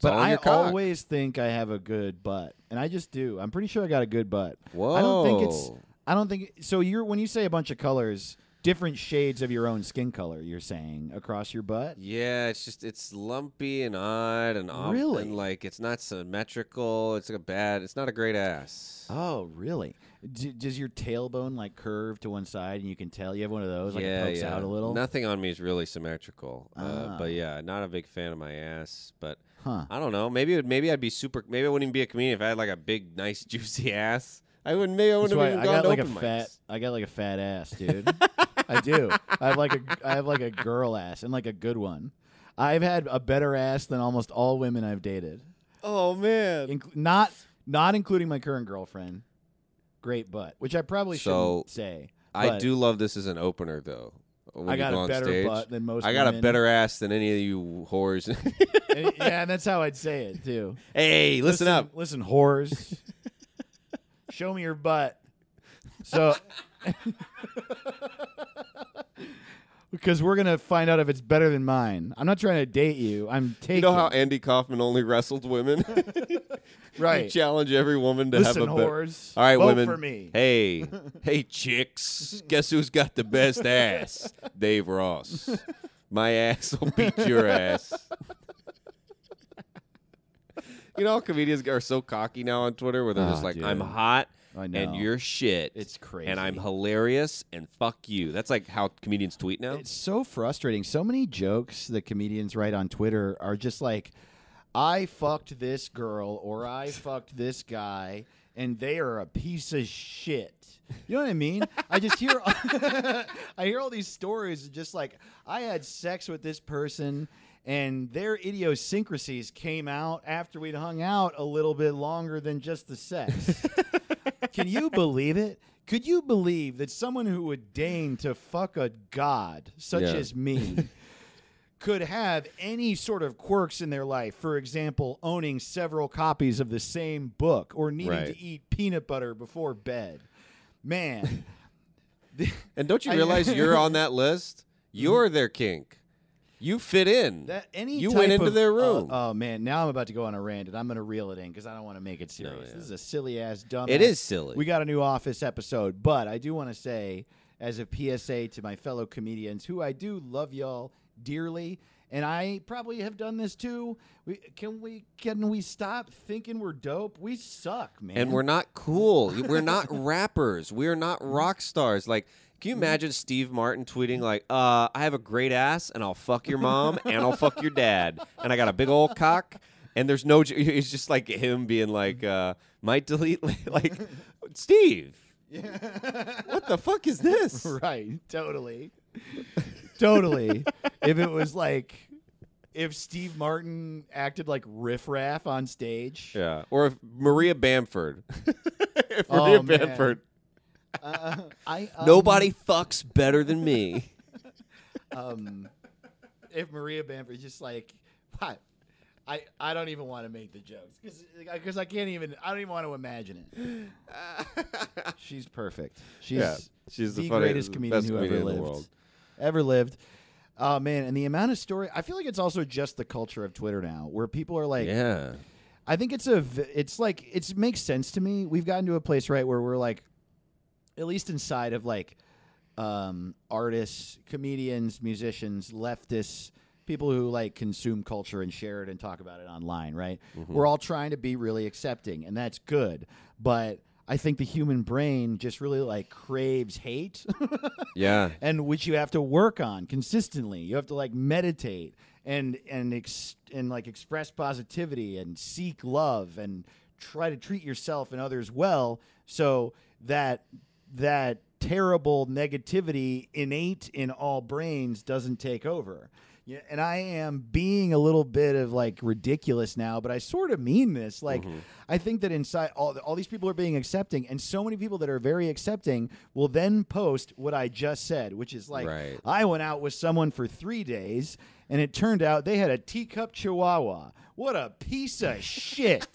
Speaker 2: but
Speaker 3: all in
Speaker 2: I
Speaker 3: your cock.
Speaker 2: always think I have a good butt, and I just do. I'm pretty sure I got a good butt. I don't think it's.
Speaker 3: Whoa.
Speaker 2: I don't think so. You're when you say a bunch of colors, different shades of your own skin color. You're saying across your butt.
Speaker 3: Yeah, it's just it's lumpy and odd and off,
Speaker 2: Really?
Speaker 3: and like it's not symmetrical. It's like a bad. It's not a great ass.
Speaker 2: Oh, really? D- does your tailbone like curve to one side, and you can tell you have one of those? Like it pokes out a little.
Speaker 3: Nothing on me is really symmetrical. Uh,
Speaker 2: Ah.
Speaker 3: but yeah, not a big fan of my ass. But
Speaker 2: Huh?
Speaker 3: I don't know. Maybe it would- maybe I'd be super. Maybe I wouldn't even be a comedian if I had like a big, nice, *laughs* juicy ass. I wouldn't. Maybe I
Speaker 2: That's
Speaker 3: wouldn't
Speaker 2: why
Speaker 3: have even
Speaker 2: I
Speaker 3: gone
Speaker 2: got
Speaker 3: to
Speaker 2: like a
Speaker 3: open
Speaker 2: fat.
Speaker 3: mics.
Speaker 2: I got like a fat
Speaker 3: *laughs*
Speaker 2: ass, dude. I do. I have like a. I have like a girl ass and like a good one. I've had a better ass than almost all women I've dated,
Speaker 3: Oh man.
Speaker 2: Inc- not not including my current girlfriend. Great butt, which I probably
Speaker 3: So,
Speaker 2: shouldn't say.
Speaker 3: I
Speaker 2: but
Speaker 3: do love this as an opener though. When
Speaker 2: I
Speaker 3: you
Speaker 2: got
Speaker 3: go
Speaker 2: a
Speaker 3: on
Speaker 2: better
Speaker 3: stage.
Speaker 2: butt than most.
Speaker 3: I got a
Speaker 2: women.
Speaker 3: better ass than any of you whores. *laughs*
Speaker 2: And- yeah, and that's how I'd say it too.
Speaker 3: hey, listen, up.
Speaker 2: Listen, whores. *laughs* Show me your butt. So, *laughs* because we're gonna find out if it's better than mine. I'm not trying to date you. I'm taking
Speaker 3: You know how Andy Kaufman only *laughs* wrestled women? I
Speaker 2: right.
Speaker 3: challenge every woman to
Speaker 2: Listen,
Speaker 3: have a better.
Speaker 2: whores.
Speaker 3: All right,
Speaker 2: vote
Speaker 3: women.
Speaker 2: for me. *laughs*
Speaker 3: Hey, hey, chicks. Guess who's got the best ass? Dave Ross. My ass will beat your ass. you know, how comedians are so cocky now on Twitter where they're just
Speaker 2: Oh,
Speaker 3: like,
Speaker 2: dude.
Speaker 3: "I'm hot
Speaker 2: I know.
Speaker 3: and you're shit.
Speaker 2: It's
Speaker 3: and I'm
Speaker 2: crazy.
Speaker 3: hilarious and fuck you." That's like how comedians tweet now.
Speaker 2: It's so frustrating. So many jokes that comedians write on Twitter are just like, I fucked this girl or I fucked this guy, and they are a piece of shit. You know what I mean? I just hear, *laughs* I hear all these stories of just like I had sex with this person, and their idiosyncrasies came out after we'd hung out a little bit longer than just the sex. Can you believe it? Could you believe that someone who would deign to fuck a god such
Speaker 3: Yeah.
Speaker 2: as me could have any sort of quirks in their life? For example, owning several copies of the same book or needing
Speaker 3: Right.
Speaker 2: to eat peanut butter before bed. Man,
Speaker 3: And don't you
Speaker 2: I- *laughs* Mm-hmm.
Speaker 3: realize you're on that list? You're their kink. You fit in.
Speaker 2: that any
Speaker 3: you
Speaker 2: type
Speaker 3: went into
Speaker 2: of-
Speaker 3: their
Speaker 2: uh,
Speaker 3: room.
Speaker 2: oh man, now I'm about to go on a rant and I'm going to reel it in because I don't want to make it serious.
Speaker 3: yeah.
Speaker 2: This is a silly ass dumb.
Speaker 3: it is silly.
Speaker 2: We got a new office episode, but I do want to say, as a PSA to my fellow comedians, who I do love y'all dearly, and I probably have done this too. We, can we can we stop thinking we're dope? We suck, man. *laughs*
Speaker 3: and we're not cool. We're not *laughs* rappers. We're not rock stars. Like, can you imagine Steve Martin tweeting like, "Uh, I have a great ass, and I'll fuck your mom, and I'll fuck your dad, and I got a big old cock." And there's no. j- *laughs* It's just like him being like, uh, "Might delete." *laughs* Like, Steve, what the fuck is this?
Speaker 2: *laughs* right, totally, totally. if it was like. If Steve Martin acted like Riff Raff on stage,
Speaker 3: Yeah. Or if Maria Bamford. *laughs* if
Speaker 2: Oh,
Speaker 3: Maria
Speaker 2: man.
Speaker 3: Bamford.
Speaker 2: uh, I um,
Speaker 3: Nobody fucks better than me. *laughs*
Speaker 2: um, if Maria Bamford's just like, what? I, I don't even want to make the jokes because I can't even I don't even want to imagine it.
Speaker 3: *laughs*
Speaker 2: She's perfect. She's
Speaker 3: Yeah, she's the
Speaker 2: the,
Speaker 3: funny-
Speaker 2: greatest comedian
Speaker 3: best
Speaker 2: who
Speaker 3: comedian in
Speaker 2: ever
Speaker 3: the
Speaker 2: lived.
Speaker 3: world.
Speaker 2: Ever lived. Oh man, and the amount of story I feel like it's also just the culture of Twitter now where people are like
Speaker 3: Yeah.
Speaker 2: I think it's a v- it's like it's makes sense to me. We've gotten to a place right where we're like at least inside of like um artists, comedians, musicians, leftists, people who like consume culture and share it and talk about it online, right? We're all trying to be really accepting and that's good. But I think the human brain just really like craves hate *laughs*
Speaker 3: Yeah.
Speaker 2: and which you have to work on consistently. You have to like meditate and and ex- and like express positivity and seek love and try to treat yourself and others well so that that terrible negativity innate in all brains doesn't take over. Yeah, and I am being a little bit of like ridiculous now, but I sort of mean this. Like, I think that inside all all these people are being accepting, and so many people that are very accepting will then post what I just said, which is like,
Speaker 3: Right.
Speaker 2: I went out with someone for three days, and it turned out they had a teacup chihuahua. What a piece of shit!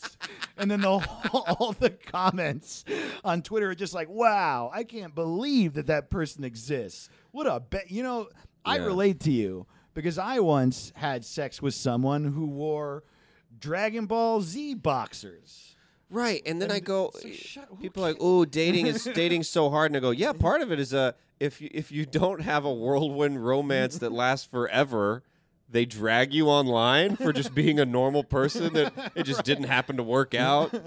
Speaker 2: And then the whole, all the comments on Twitter are just like, "Wow, I can't believe that that person exists." What a bet! You know, I
Speaker 3: Yeah.
Speaker 2: relate to you because I once had sex with someone who wore Dragon Ball Z boxers. *laughs*
Speaker 3: Right, and then I
Speaker 2: And
Speaker 3: go.
Speaker 2: so shut- who
Speaker 3: people are like, "Oh,
Speaker 2: *laughs*
Speaker 3: dating is dating's so hard," and I go, "Yeah, part of it is uh, if you, if you don't have a whirlwind romance that lasts forever, they drag you online for just being a normal person
Speaker 2: *laughs*
Speaker 3: that it just didn't happen to work out. *laughs*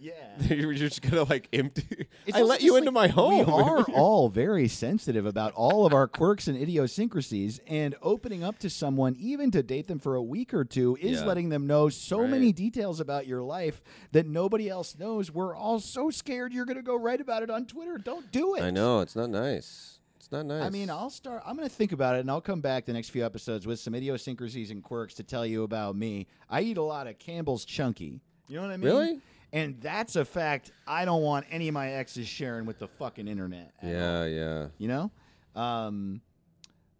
Speaker 2: yeah.
Speaker 3: You're just gonna like empty.
Speaker 2: It's
Speaker 3: I
Speaker 2: also
Speaker 3: let you
Speaker 2: just
Speaker 3: into my
Speaker 2: like,
Speaker 3: home.
Speaker 2: We
Speaker 3: *laughs*
Speaker 2: are all very sensitive about all of our quirks and idiosyncrasies, and opening up to someone, even to date them for a week or two, is
Speaker 3: Yeah.
Speaker 2: letting them know so
Speaker 3: Right.
Speaker 2: many details about your life that nobody else knows. We're all so scared you're going to go write about it on Twitter. Don't do it.
Speaker 3: I know it's not nice. It's not nice.
Speaker 2: I mean, I'll start. I'm going to think about it, and I'll come back the next few episodes with some idiosyncrasies and quirks to tell you about me. I eat a lot of Campbell's Chunky. You know what I mean?
Speaker 3: Really?
Speaker 2: And that's a fact I don't want any of my exes sharing with the fucking internet. at all,
Speaker 3: yeah, yeah.
Speaker 2: You know, um,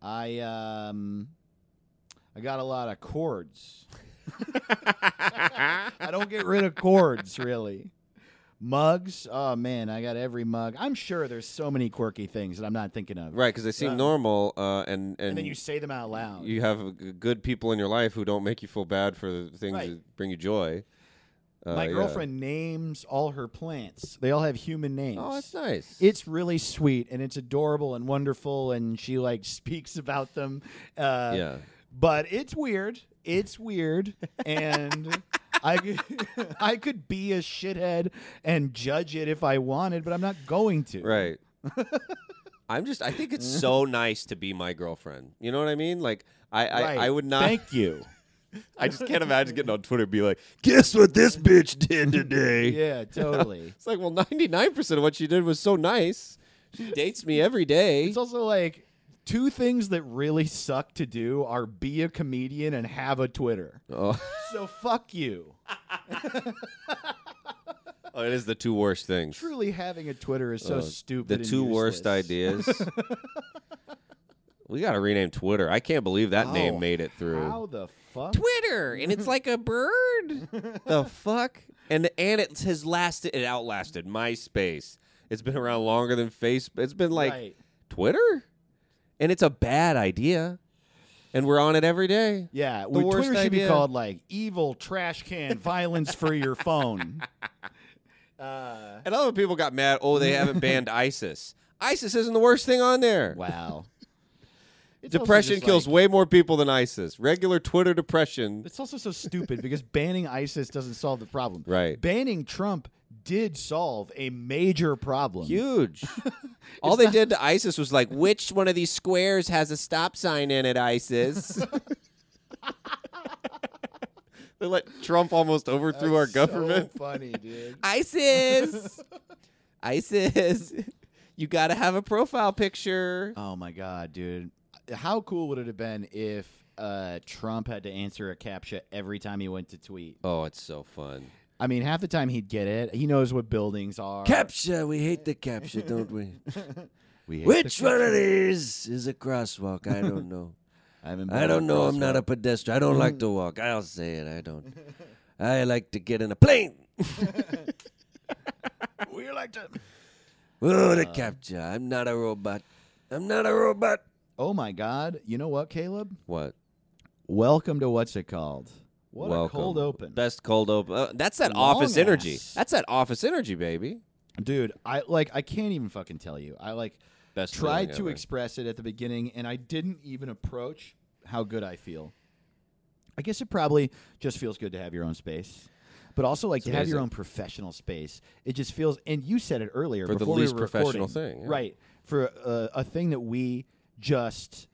Speaker 2: I um, I got a lot of cords. *laughs* I don't get rid of cords really. Mugs. Oh man, I got every mug. I'm sure there's so many quirky things that I'm not thinking of.
Speaker 3: Right, because they seem
Speaker 2: Yeah.
Speaker 3: normal, uh, and, and
Speaker 2: And then you say them out loud.
Speaker 3: you have uh, g- good people in your life who don't make you feel bad for the things
Speaker 2: Right.
Speaker 3: that bring you joy. Uh,
Speaker 2: My
Speaker 3: yeah.
Speaker 2: girlfriend names all her plants. They all have human names.
Speaker 3: Oh, that's nice.
Speaker 2: It's really sweet and it's adorable and wonderful and she like *laughs* speaks about them. Uh,
Speaker 3: yeah.
Speaker 2: But it's weird. It's weird and *laughs* I could, *laughs* I could be a shithead and judge it if I wanted, but I'm not going to. *laughs*
Speaker 3: Right. I'm just. I think it's
Speaker 2: Mm.
Speaker 3: so nice to be my girlfriend. You know what I mean? Like, I, I,
Speaker 2: Right.
Speaker 3: I would not.
Speaker 2: Thank you.
Speaker 3: *laughs* I just can't imagine getting on Twitter and be like, "Guess what this bitch
Speaker 2: *laughs*
Speaker 3: did today."
Speaker 2: Yeah, totally.
Speaker 3: It's like, well, 99 percent of what she did was so nice. She dates me every day.
Speaker 2: It's also like two things that really suck to do are be a comedian and have a Twitter.
Speaker 3: Oh.
Speaker 2: So fuck you.
Speaker 3: Oh, *laughs* it is the two worst things.
Speaker 2: Truly having a Twitter is so
Speaker 3: Uh,
Speaker 2: stupid.
Speaker 3: The
Speaker 2: and
Speaker 3: two worst
Speaker 2: useless.
Speaker 3: *laughs* ideas. we got to rename Twitter. I can't believe that
Speaker 2: Oh,
Speaker 3: name made it through.
Speaker 2: How the fuck?
Speaker 3: Twitter, and it's like a *laughs* bird. the fuck? And and it has lasted. It outlasted MySpace. It's been around longer than Facebook. It's been like
Speaker 2: Right.
Speaker 3: Twitter, and it's a bad idea. And we're on it every day.
Speaker 2: Yeah, we-
Speaker 3: worst
Speaker 2: Twitter should be
Speaker 3: idea.
Speaker 2: called like evil trash can violence for your
Speaker 3: *laughs*
Speaker 2: phone. Uh,
Speaker 3: And other people got mad. Oh, they *laughs* haven't banned ISIS. ISIS isn't the worst thing on there.
Speaker 2: wow. *laughs* It's also
Speaker 3: Depression
Speaker 2: just,
Speaker 3: kills
Speaker 2: like-
Speaker 3: way more people than ISIS. Regular Twitter depression.
Speaker 2: It's also so stupid because banning ISIS doesn't solve the problem.
Speaker 3: Right.
Speaker 2: Banning Trump did solve a major problem.
Speaker 3: *laughs* Huge. All they did to ISIS was like, which one of these squares has a stop sign in it, *laughs* ISIS? they let Trump almost overthrew our
Speaker 2: So
Speaker 3: government.
Speaker 2: funny,
Speaker 3: *laughs*
Speaker 2: dude.
Speaker 3: ISIS. ISIS. You got to have a profile picture.
Speaker 2: Oh my god, dude! How cool would it have been if uh, Trump had to answer a captcha every time he went to tweet?
Speaker 3: Oh, it's so fun.
Speaker 2: I mean, half the time he'd get it. He knows what buildings are.
Speaker 4: Capture, we hate the capture, don't we?
Speaker 3: *laughs*
Speaker 2: We hate
Speaker 4: Which
Speaker 2: the-
Speaker 4: one of these is a crosswalk? I don't know.
Speaker 2: I, haven't been
Speaker 4: I don't
Speaker 2: to
Speaker 4: know. I'm
Speaker 2: Crosswalk.
Speaker 4: not a pedestrian. I
Speaker 3: Mm.
Speaker 4: don't like to walk. I'll say it. I don't. I like to get in a plane. *laughs*
Speaker 2: We like to. *laughs*
Speaker 4: Oh,
Speaker 3: Uh.
Speaker 4: the capture. I'm not a robot. I'm not a robot.
Speaker 2: Oh my god! You know what, Caleb?
Speaker 3: What?
Speaker 2: Welcome to what's it called? What a cold open,
Speaker 3: Best cold open. Uh, that's that
Speaker 2: Long
Speaker 3: office energy.
Speaker 2: ass.
Speaker 3: That's that office energy, baby.
Speaker 2: dude. I like. I can't even fucking tell you. I like
Speaker 3: Best
Speaker 2: tried
Speaker 3: feeling
Speaker 2: to
Speaker 3: ever.
Speaker 2: express it at the beginning, and I didn't even approach how good I feel. I guess it probably just feels good to have your own space, but also like
Speaker 3: It's
Speaker 2: to have your
Speaker 3: amazing.
Speaker 2: own professional space. It just feels, and you said it earlier
Speaker 3: For the
Speaker 2: before we
Speaker 3: least
Speaker 2: were
Speaker 3: professional
Speaker 2: recording,
Speaker 3: thing, yeah.
Speaker 2: right? For uh, a thing that we just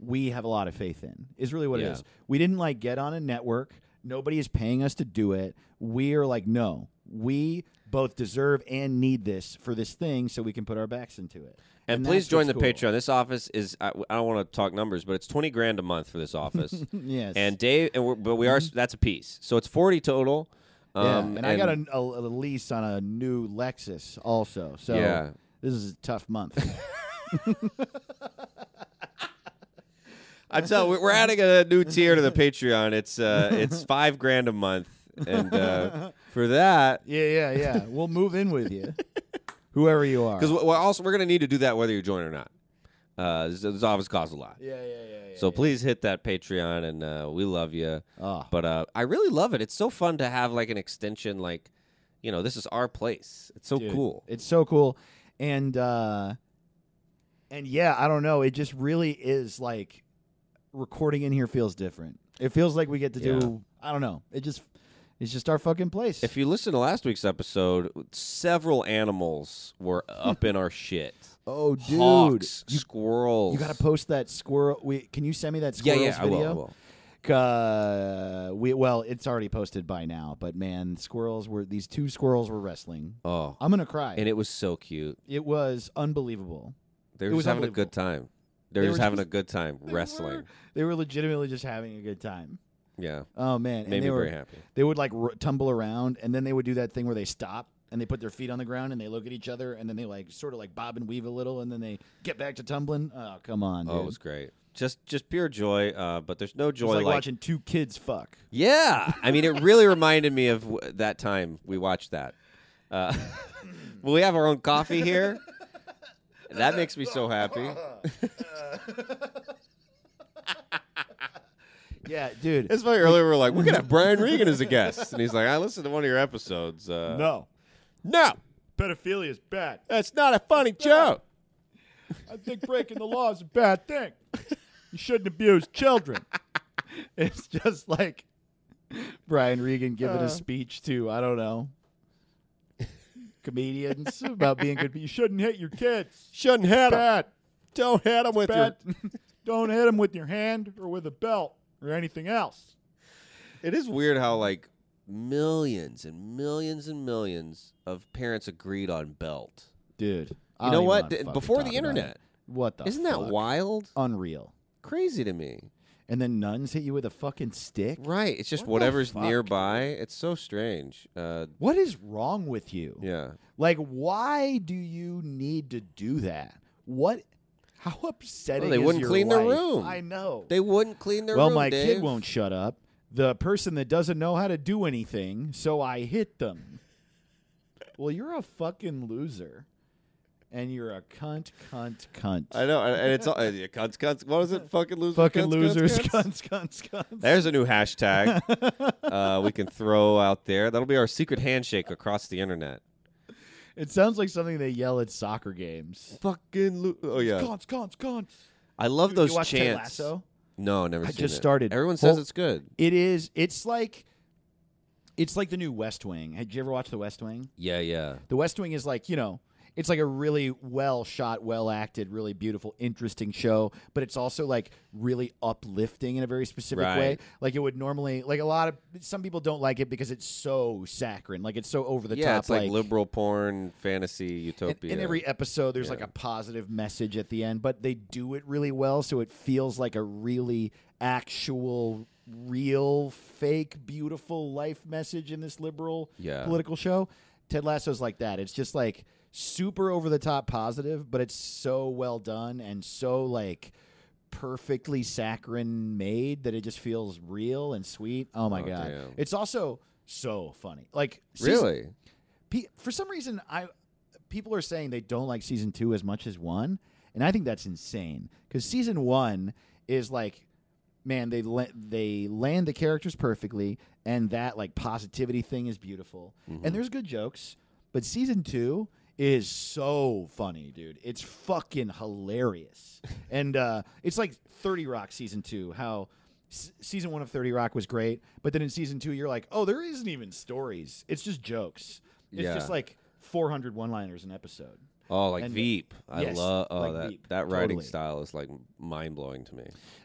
Speaker 2: we have a lot of faith in is really what it
Speaker 3: Yeah.
Speaker 2: is. We didn't like get on a network. Nobody is paying us to do it. We are like, no, we both deserve and need this for this thing, so we can put our backs into it.
Speaker 3: And,
Speaker 2: that's
Speaker 3: please join the
Speaker 2: what's cool.
Speaker 3: Patreon. This office is I, I don't want to talk numbers, but it's twenty grand a month for this office.
Speaker 2: *laughs* Yes. Mm-hmm.
Speaker 3: And Dave, and we're, but we are that's a piece, so it's forty total. Um,
Speaker 2: yeah. and, I got a, a, a lease on a new Lexus also. So
Speaker 3: Yeah.
Speaker 2: this is a tough month. *laughs*
Speaker 3: I'm telling you, we're adding a new
Speaker 2: *laughs*
Speaker 3: tier to the Patreon. It's uh, it's five grand a month, and uh, for that,
Speaker 2: yeah, yeah, yeah. We'll move in with
Speaker 3: *laughs*
Speaker 2: you, whoever you are.
Speaker 3: because we're also we're gonna need to do that whether you join or not. Uh, this, this office costs a lot.
Speaker 2: yeah, yeah, yeah, yeah.
Speaker 3: So please hit that Patreon, and uh, we love you.
Speaker 2: Ah.
Speaker 3: But uh, I really love it. It's so fun to have like an extension, like you know, this is our place. It's so
Speaker 2: Dude,
Speaker 3: cool.
Speaker 2: It's so cool. And uh and yeah, I don't know, it just really is like recording in here feels different. It feels like we get to do I don't know. It just it's just our fucking place.
Speaker 3: If you listen to last week's episode, several animals were up in our shit.
Speaker 2: oh *laughs* dude,
Speaker 3: Hawks,
Speaker 2: you,
Speaker 3: squirrels.
Speaker 2: got to post that squirrel we can you send me that
Speaker 3: Yeah,
Speaker 2: squirrels
Speaker 3: yeah, I will, I
Speaker 2: video?
Speaker 3: will.
Speaker 2: Uh, we well, it's already posted by now, but man, squirrels were these two squirrels were wrestling.
Speaker 3: Oh,
Speaker 2: I'm going to cry.
Speaker 3: and it was so cute.
Speaker 2: it was unbelievable.
Speaker 3: They
Speaker 2: It
Speaker 3: were
Speaker 2: was
Speaker 3: just having a
Speaker 2: unbelievable.
Speaker 3: good time. They were
Speaker 2: They
Speaker 3: just
Speaker 2: were
Speaker 3: having a
Speaker 2: just-
Speaker 3: good time
Speaker 2: They
Speaker 3: wrestling.
Speaker 2: were- They were legitimately just having a good time.
Speaker 3: Yeah,
Speaker 2: Oh man, and
Speaker 3: made me
Speaker 2: they were
Speaker 3: very happy.
Speaker 2: they would like r- tumble around and then they would do that thing where they stop and they put their feet on the ground and they look at each other and then they like sort of like bob and weave a little and then they get back to tumbling. Oh come on, dude.
Speaker 3: Oh, it was great. Just just pure joy. Uh, but there's no
Speaker 2: It
Speaker 3: joy
Speaker 2: was like,
Speaker 3: like
Speaker 2: watching two kids fuck. *laughs*
Speaker 3: Yeah, I mean, it really reminded me of w- that time we watched that. Uh, *laughs* well, we have our own coffee here. That makes me so happy.
Speaker 2: Yeah, dude.
Speaker 3: *laughs* It's funny. Earlier, we were like, we're gonna have Brian Regan as a guest, and he's like, I listened to one of your episodes. Uh,
Speaker 2: no,
Speaker 3: no,
Speaker 2: pedophilia is bad.
Speaker 3: that's not a funny joke.
Speaker 2: I think breaking the law is a bad thing. You shouldn't abuse children. *laughs* It's just like Brian Regan giving a speech to, I don't know, comedians about being good. You shouldn't hit your kids.
Speaker 3: Shouldn't hit him.
Speaker 2: Bad.
Speaker 3: Don't hit him with your.
Speaker 2: Bad. *laughs* Don't hit them with your hand or with a belt or anything else.
Speaker 3: It is weird how like millions and millions and millions of parents agreed on belt.
Speaker 2: Dude.
Speaker 3: You know what? D- Before the internet,
Speaker 2: What the
Speaker 3: isn't that
Speaker 2: fuck?
Speaker 3: wild?
Speaker 2: Unreal.
Speaker 3: Crazy to me.
Speaker 2: And then nuns hit you with a fucking stick?
Speaker 3: Right. It's just
Speaker 2: What the
Speaker 3: whatever's
Speaker 2: fuck?
Speaker 3: nearby. It's so strange. Uh,
Speaker 2: What is wrong with you?
Speaker 3: yeah.
Speaker 2: Like, why do you need to do that? What? How upsetting!
Speaker 3: Well, they
Speaker 2: is
Speaker 3: wouldn't
Speaker 2: your
Speaker 3: clean their
Speaker 2: life?
Speaker 3: room.
Speaker 2: I know.
Speaker 3: They wouldn't clean their
Speaker 2: well,
Speaker 3: room.
Speaker 2: my kid
Speaker 3: Dave.
Speaker 2: won't shut up. The person that doesn't know how to do anything, so I hit them. well, you're a fucking loser, and you're a cunt, cunt, cunt.
Speaker 3: I know, and and it's all uh, yeah, cunts, cunts. What is it? Fucking losers.
Speaker 2: fucking
Speaker 3: cunts, cunts,
Speaker 2: losers, *laughs*
Speaker 3: cunts?
Speaker 2: cunts, cunts, cunts.
Speaker 3: There's a
Speaker 2: *laughs*
Speaker 3: new hashtag uh, we can throw out there. That'll be our secret handshake across the internet.
Speaker 2: It sounds like something they yell at soccer games.
Speaker 3: Fucking lo- oh yeah,
Speaker 2: Cunts, cunts, cunts.
Speaker 3: I love
Speaker 2: You-
Speaker 3: those
Speaker 2: you watch Ted
Speaker 3: chants.
Speaker 2: Lasso?
Speaker 3: No, never.
Speaker 2: I
Speaker 3: seen
Speaker 2: just
Speaker 3: it.
Speaker 2: started.
Speaker 3: Everyone
Speaker 2: Whole-
Speaker 3: says it's good.
Speaker 2: It is. It's like. It's like the new West Wing. Had you ever watched the West Wing?
Speaker 3: Yeah, yeah.
Speaker 2: The West Wing is like, you know, it's like a really well shot, well acted, really beautiful, interesting show, but it's also like really uplifting in a very specific way.
Speaker 3: Right.
Speaker 2: Like it would normally, like a lot of some people don't like it because it's so saccharine, like it's so over the
Speaker 3: yeah,
Speaker 2: top.
Speaker 3: it's like, liberal porn, fantasy,
Speaker 2: in-
Speaker 3: utopia.
Speaker 2: in every episode, there's like
Speaker 3: Yeah.
Speaker 2: a positive message at the end, but they do it really well, so it feels like a really actual, real, fake, beautiful life message in this liberal
Speaker 3: Yeah.
Speaker 2: political show. Ted Lasso's like that. It's just like super over the top positive, but it's so well done and so like perfectly saccharine made that it just feels real and sweet. Oh my
Speaker 3: Oh,
Speaker 2: god.
Speaker 3: damn.
Speaker 2: It's also so funny. Like season-
Speaker 3: really.
Speaker 2: Pe- for some reason I people are saying they don't like season 2 as much as 1 and I think that's insane cuz season 1 is like man they la- they land the characters perfectly and that like positivity thing is beautiful and there's good jokes but season 2 is so funny dude it's fucking hilarious and uh it's like 30 rock season 2 how s- season one of 30 rock was great but then in season two you're like oh there isn't even stories it's just jokes it's
Speaker 3: Yeah.
Speaker 2: just like 400 one liners an episode
Speaker 3: Oh, like
Speaker 2: And-
Speaker 3: Veep. I
Speaker 2: yes,
Speaker 3: love oh,
Speaker 2: like
Speaker 3: that
Speaker 2: Veep.
Speaker 3: that writing
Speaker 2: Totally.
Speaker 3: style is like mind blowing to me.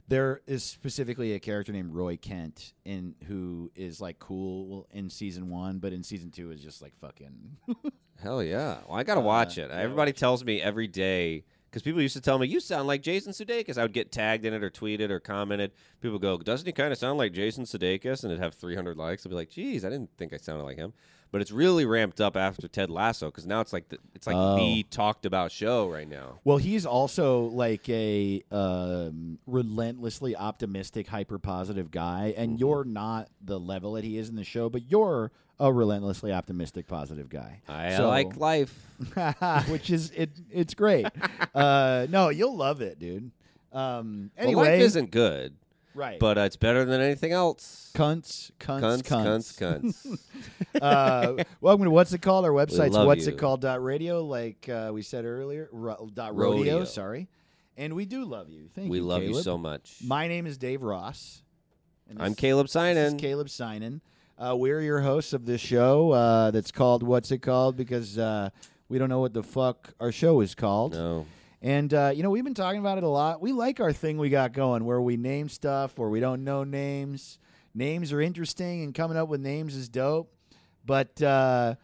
Speaker 2: There is specifically a character named Roy Kent in who is like cool in season one, but in season two is just like fucking. *laughs*
Speaker 3: Hell Uh, yeah! Well, I gotta watch it. Everybody tells me every day because people used to tell me you sound like Jason Sudeikis. I would get tagged in it or tweeted or commented. People go, "Doesn't he kind of sound like Jason Sudeikis?" And it'd have 300 likes. I'd be like, "Geez, I didn't think I sounded like him." But it's really ramped up after Ted Lasso because now it's like the, it's like
Speaker 2: Oh.
Speaker 3: the talked about show right now.
Speaker 2: well, he's also like a um, relentlessly optimistic, hyper positive guy,
Speaker 3: Mm-hmm.
Speaker 2: and you're not the level that he is in the show, but you're a relentlessly optimistic, positive guy.
Speaker 3: I
Speaker 2: So-
Speaker 3: like life.
Speaker 2: *laughs* which is it. It's
Speaker 3: *laughs*
Speaker 2: great. uh, no, you'll love it, dude. Um,
Speaker 3: Well,
Speaker 2: anyway,
Speaker 3: life isn't good,
Speaker 2: right,
Speaker 3: but uh, it's better than anything else.
Speaker 2: cunts, cunts,
Speaker 3: Cunts,
Speaker 2: cunts.
Speaker 3: cunts, *laughs* cunts.
Speaker 2: uh, *laughs* well, I'm gonna what's it called? Our website's
Speaker 3: love
Speaker 2: what's
Speaker 3: you.
Speaker 2: it called dot radio, like uh, we said earlier, ro- dot rodeo,
Speaker 3: Rodeo.
Speaker 2: Sorry, and we do love you. Thank
Speaker 3: we
Speaker 2: you.
Speaker 3: love you
Speaker 2: Caleb.
Speaker 3: so much.
Speaker 2: My name is Dave Ross. And
Speaker 3: I'm
Speaker 2: this-
Speaker 3: Caleb
Speaker 2: This is
Speaker 3: Sinan.
Speaker 2: Caleb Sinan. Uh, we're your hosts of this show uh, that's called what's it called because uh, we don't know what the fuck our show is called.
Speaker 3: No.
Speaker 2: And uh, you know, we've been talking about it a lot. We like our thing we got going, where we name stuff, where we don't know names. Names are interesting, and coming up with names is dope. But uh,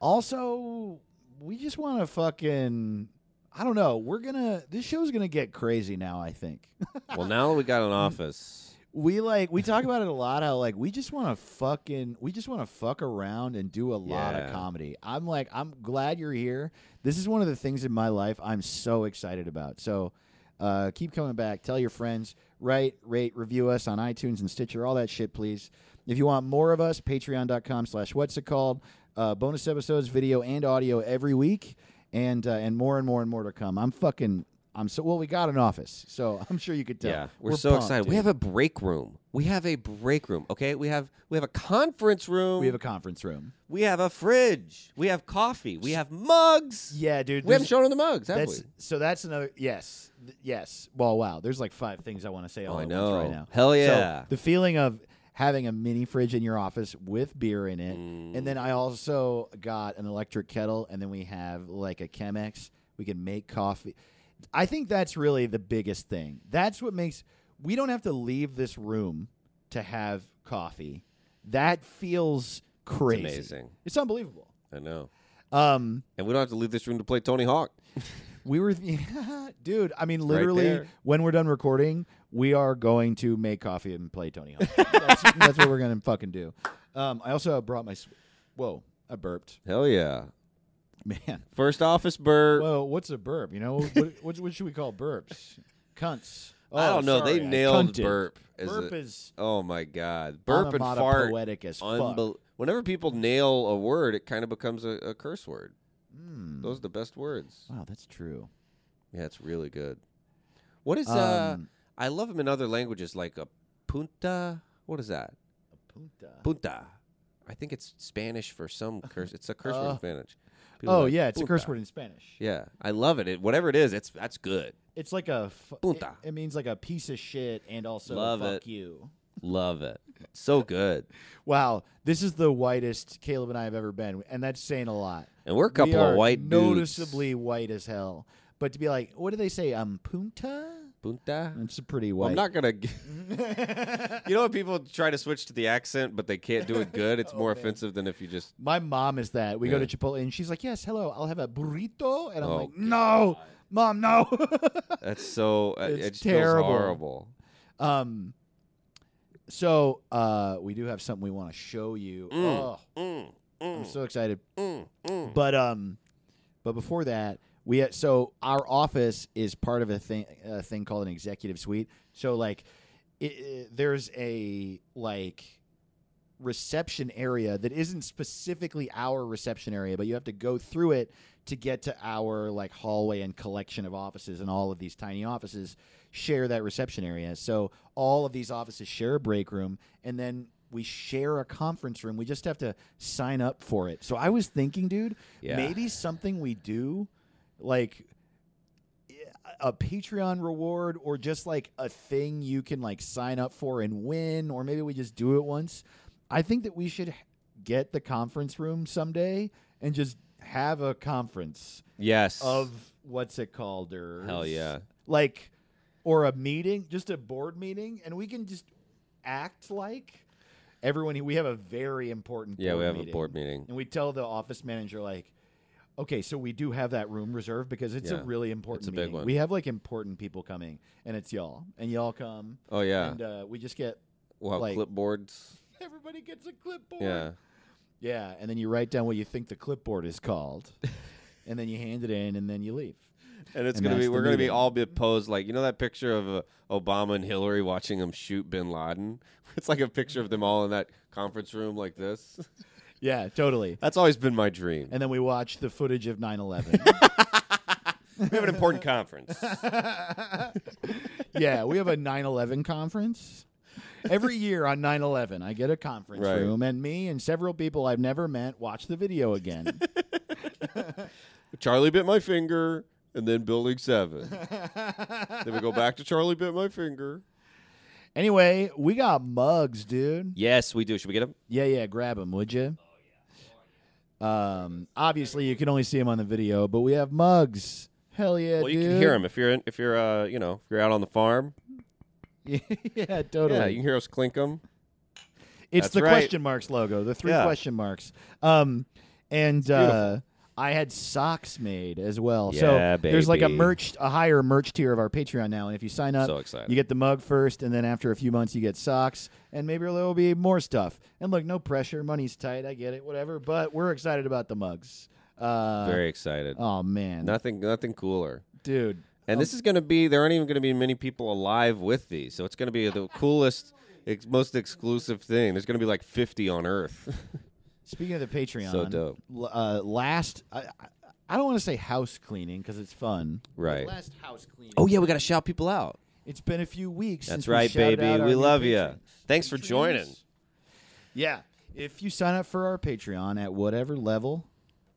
Speaker 2: also, we just want to fucking. I don't know. We're gonna. This show's gonna get crazy now. I think
Speaker 3: well, now that we got
Speaker 2: *laughs*
Speaker 3: an office,
Speaker 2: we like we talk about it a lot. How like we just want to fucking we just want to fuck around and do a lot of
Speaker 3: Yeah.
Speaker 2: comedy. I'm like I'm glad you're here. This is one of the things in my life I'm so excited about. So uh, keep coming back. Tell your friends. Write, rate, review us on iTunes and Stitcher. All that shit, please. If you want more of us, patreon.com slash what's it called. Uh, bonus episodes, video and audio every week, and uh, and more and more and more to come. I'm fucking. I'm so well. We got an office, so *laughs* I'm sure you could tell.
Speaker 3: yeah, we're, so
Speaker 2: pumped,
Speaker 3: excited.
Speaker 2: dude.
Speaker 3: We have a break room. We have a break room. Okay, we have we have a conference room.
Speaker 2: We have a conference room.
Speaker 3: we have a fridge. We have coffee. We have mugs.
Speaker 2: Yeah, dude.
Speaker 3: we haven't
Speaker 2: there's-
Speaker 3: shown her the mugs, have
Speaker 2: that's
Speaker 3: we?
Speaker 2: so that's another yes, th- yes. Well, wow. There's like five things I want to say all
Speaker 3: I
Speaker 2: at once right
Speaker 3: know.
Speaker 2: now.
Speaker 3: Hell
Speaker 2: So,
Speaker 3: yeah.
Speaker 2: the feeling of having a mini fridge in your office with beer in it, and
Speaker 3: Mm.
Speaker 2: then I also got an electric kettle, and then we have like a Chemex. We can make coffee. I think that's really the biggest thing. That's what makes we don't have to leave this room to have coffee. That feels crazy.
Speaker 3: amazing.
Speaker 2: It's unbelievable.
Speaker 3: I know.
Speaker 2: Um,
Speaker 3: And we don't have to leave this room to play Tony Hawk.
Speaker 2: we were, *laughs* dude. I mean, literally,
Speaker 3: there.
Speaker 2: when we're done recording, we are going to make coffee and play Tony Hawk. that's, that's what we're gonna fucking do. Um, I also brought my. s- Whoa, I burped,
Speaker 3: Hell yeah.
Speaker 2: man.
Speaker 3: First office burp.
Speaker 2: Whoa, what's a burp? You know, what, what, what should we call burps? Cunts. Oh,
Speaker 3: I don't know.
Speaker 2: sorry,
Speaker 3: they
Speaker 2: I
Speaker 3: nailed
Speaker 2: cunted.
Speaker 3: burp. as
Speaker 2: burp
Speaker 3: a-
Speaker 2: is
Speaker 3: oh my god. Burp and fart.
Speaker 2: poetic as fuck.
Speaker 3: Unbel- Whenever people nail a word, it kind of becomes a, a curse word. Those are the best words.
Speaker 2: Hmm. wow, that's true.
Speaker 3: Yeah, it's really good. What is uh?
Speaker 2: Um,
Speaker 3: I love them in other languages, like a punta. What is that?
Speaker 2: Punta.
Speaker 3: Punta. I think it's Spanish for some curse. It's a curse word
Speaker 2: Oh.
Speaker 3: in Spanish. People are
Speaker 2: Oh
Speaker 3: like,
Speaker 2: yeah, it's a curse
Speaker 3: "Punta."
Speaker 2: word in Spanish.
Speaker 3: Yeah, I love it. it. Whatever it is, it's that's good.
Speaker 2: It's like a fu-
Speaker 3: Punta.
Speaker 2: It, it means like a piece of shit and also
Speaker 3: Love
Speaker 2: fuck
Speaker 3: it.
Speaker 2: you.
Speaker 3: Love it. So good.
Speaker 2: Wow, this is the whitest Caleb and I have ever been, and that's saying a lot.
Speaker 3: And we're a couple
Speaker 2: we are
Speaker 3: of white
Speaker 2: noticeably white as hell. But to be like, what do they say? Um, punta.
Speaker 3: dudes. punta.
Speaker 2: It's pretty white.
Speaker 3: I'm not
Speaker 2: *laughs*
Speaker 3: gonna. g- *laughs* you know when people try to switch to the accent, but they can't do it
Speaker 2: *laughs*
Speaker 3: good.
Speaker 2: Oh,
Speaker 3: It's more offensive than if you just.
Speaker 2: My mom is that. We go
Speaker 3: Yeah.
Speaker 2: to Chipotle, and she's like, "Yes, hello, I'll have a burrito," and I'm
Speaker 3: Oh,
Speaker 2: like, "No, mom, no." *laughs*
Speaker 3: That's so. uh,
Speaker 2: It's
Speaker 3: it just
Speaker 2: terrible.
Speaker 3: Feels horrible.
Speaker 2: um, so uh, we do have something we want to show you. Oh,
Speaker 3: Mm,
Speaker 2: I'm
Speaker 3: mm,
Speaker 2: so excited.
Speaker 3: mm, mm.
Speaker 2: But um, but before that, we had, so our office is part of a thing a thing called an executive suite. So like, it, it- there's a like reception area that isn't specifically our reception area, but you have to go through it to get to our like hallway and collection of offices and all of these tiny offices share that reception area. So all of these offices share a break room and then we share a conference room. We just have to sign up for it. So I was thinking, dude,
Speaker 3: Yeah.
Speaker 2: maybe something we do like a Patreon reward or just like a thing you can like sign up for and win, or maybe we just do it once. I think that we should h- get the conference room someday and just have a conference
Speaker 3: Yes.
Speaker 2: of what's it called or
Speaker 3: Hell yeah.
Speaker 2: like or a meeting, just a board meeting, and we can just act like everyone. We have a very important
Speaker 3: Yeah, we
Speaker 2: board
Speaker 3: have
Speaker 2: meeting.
Speaker 3: a board meeting.
Speaker 2: And we tell the office manager like, okay, so we do have that room reserved because it's
Speaker 3: Yeah.
Speaker 2: a really important
Speaker 3: It's a big
Speaker 2: meeting.
Speaker 3: one.
Speaker 2: We have like important people coming, and it's y'all, and y'all come,
Speaker 3: Oh yeah.
Speaker 2: and uh, we just get
Speaker 3: we'll have
Speaker 2: like-
Speaker 3: clipboards.
Speaker 2: everybody gets a clipboard.
Speaker 3: Yeah.
Speaker 2: yeah, and then you write down what you think the clipboard is
Speaker 3: *laughs*
Speaker 2: called, and then you hand it in, and then you leave.
Speaker 3: And it's
Speaker 2: And
Speaker 3: gonna
Speaker 2: that's
Speaker 3: be
Speaker 2: the
Speaker 3: we're gonna be
Speaker 2: meeting.
Speaker 3: all be posed like you know that picture of uh, Obama and Hillary watching them shoot Bin Laden. *laughs* It's like a picture of them all in that conference room like this. *laughs*
Speaker 2: Yeah, totally.
Speaker 3: That's always been my dream.
Speaker 2: And then we watch the footage of
Speaker 3: *laughs*
Speaker 2: 9/11.
Speaker 3: we have an *laughs* important conference.
Speaker 2: yeah, we have a 9/11 conference. Every year on 9/11, I get a conference
Speaker 3: Right.
Speaker 2: room and me and several people I've never met watch the video again.
Speaker 3: Charlie bit my finger, and then Building Seven. then we go back to Charlie bit my finger.
Speaker 2: anyway, we got mugs, dude.
Speaker 3: Yes, we do. Should we get them?
Speaker 2: Yeah, yeah, grab them, would you? Um, obviously you can only see them on the video, but we have mugs. Hell yeah,
Speaker 3: Well, you
Speaker 2: dude.
Speaker 3: can hear them if you're in, if you're uh you know if you're out on the farm.
Speaker 2: *laughs* yeah,
Speaker 3: Yeah,
Speaker 2: totally.
Speaker 3: you can hear us clink them.
Speaker 2: It's
Speaker 3: That's
Speaker 2: the
Speaker 3: right.
Speaker 2: question marks logo, the three
Speaker 3: Yeah.
Speaker 2: question marks. Um, and uh, I had socks made as well.
Speaker 3: Yeah,
Speaker 2: so there's like a
Speaker 3: baby.
Speaker 2: merch, a higher merch tier of our Patreon now. And if you sign up,
Speaker 3: So excited.
Speaker 2: you get the mug first, and then after a few months, you get socks, and maybe there will be more stuff. And look, no pressure. Money's tight. I get it. Whatever. But we're excited about the mugs. Uh,
Speaker 3: Very excited.
Speaker 2: Oh man,
Speaker 3: Nothing, nothing cooler.
Speaker 2: dude.
Speaker 3: And this is going to be, there aren't even going to be many people alive with these. So it's going to be the coolest, ex- most exclusive thing. There's going to be like 50 on Earth.
Speaker 2: *laughs* Speaking of the Patreon,
Speaker 3: So dope.
Speaker 2: l- uh, last, I, I, I don't want to say house cleaning because it's fun. but
Speaker 3: Right.
Speaker 2: Last house cleaning.
Speaker 3: oh, yeah, we got to shout people out.
Speaker 2: It's been a few weeks.
Speaker 3: That's
Speaker 2: since we
Speaker 3: right,
Speaker 2: shouted
Speaker 3: baby.
Speaker 2: out our
Speaker 3: We
Speaker 2: new
Speaker 3: love ya.
Speaker 2: patrons.
Speaker 3: Thanks for joining.
Speaker 2: Yeah. If you sign up for our Patreon at whatever level,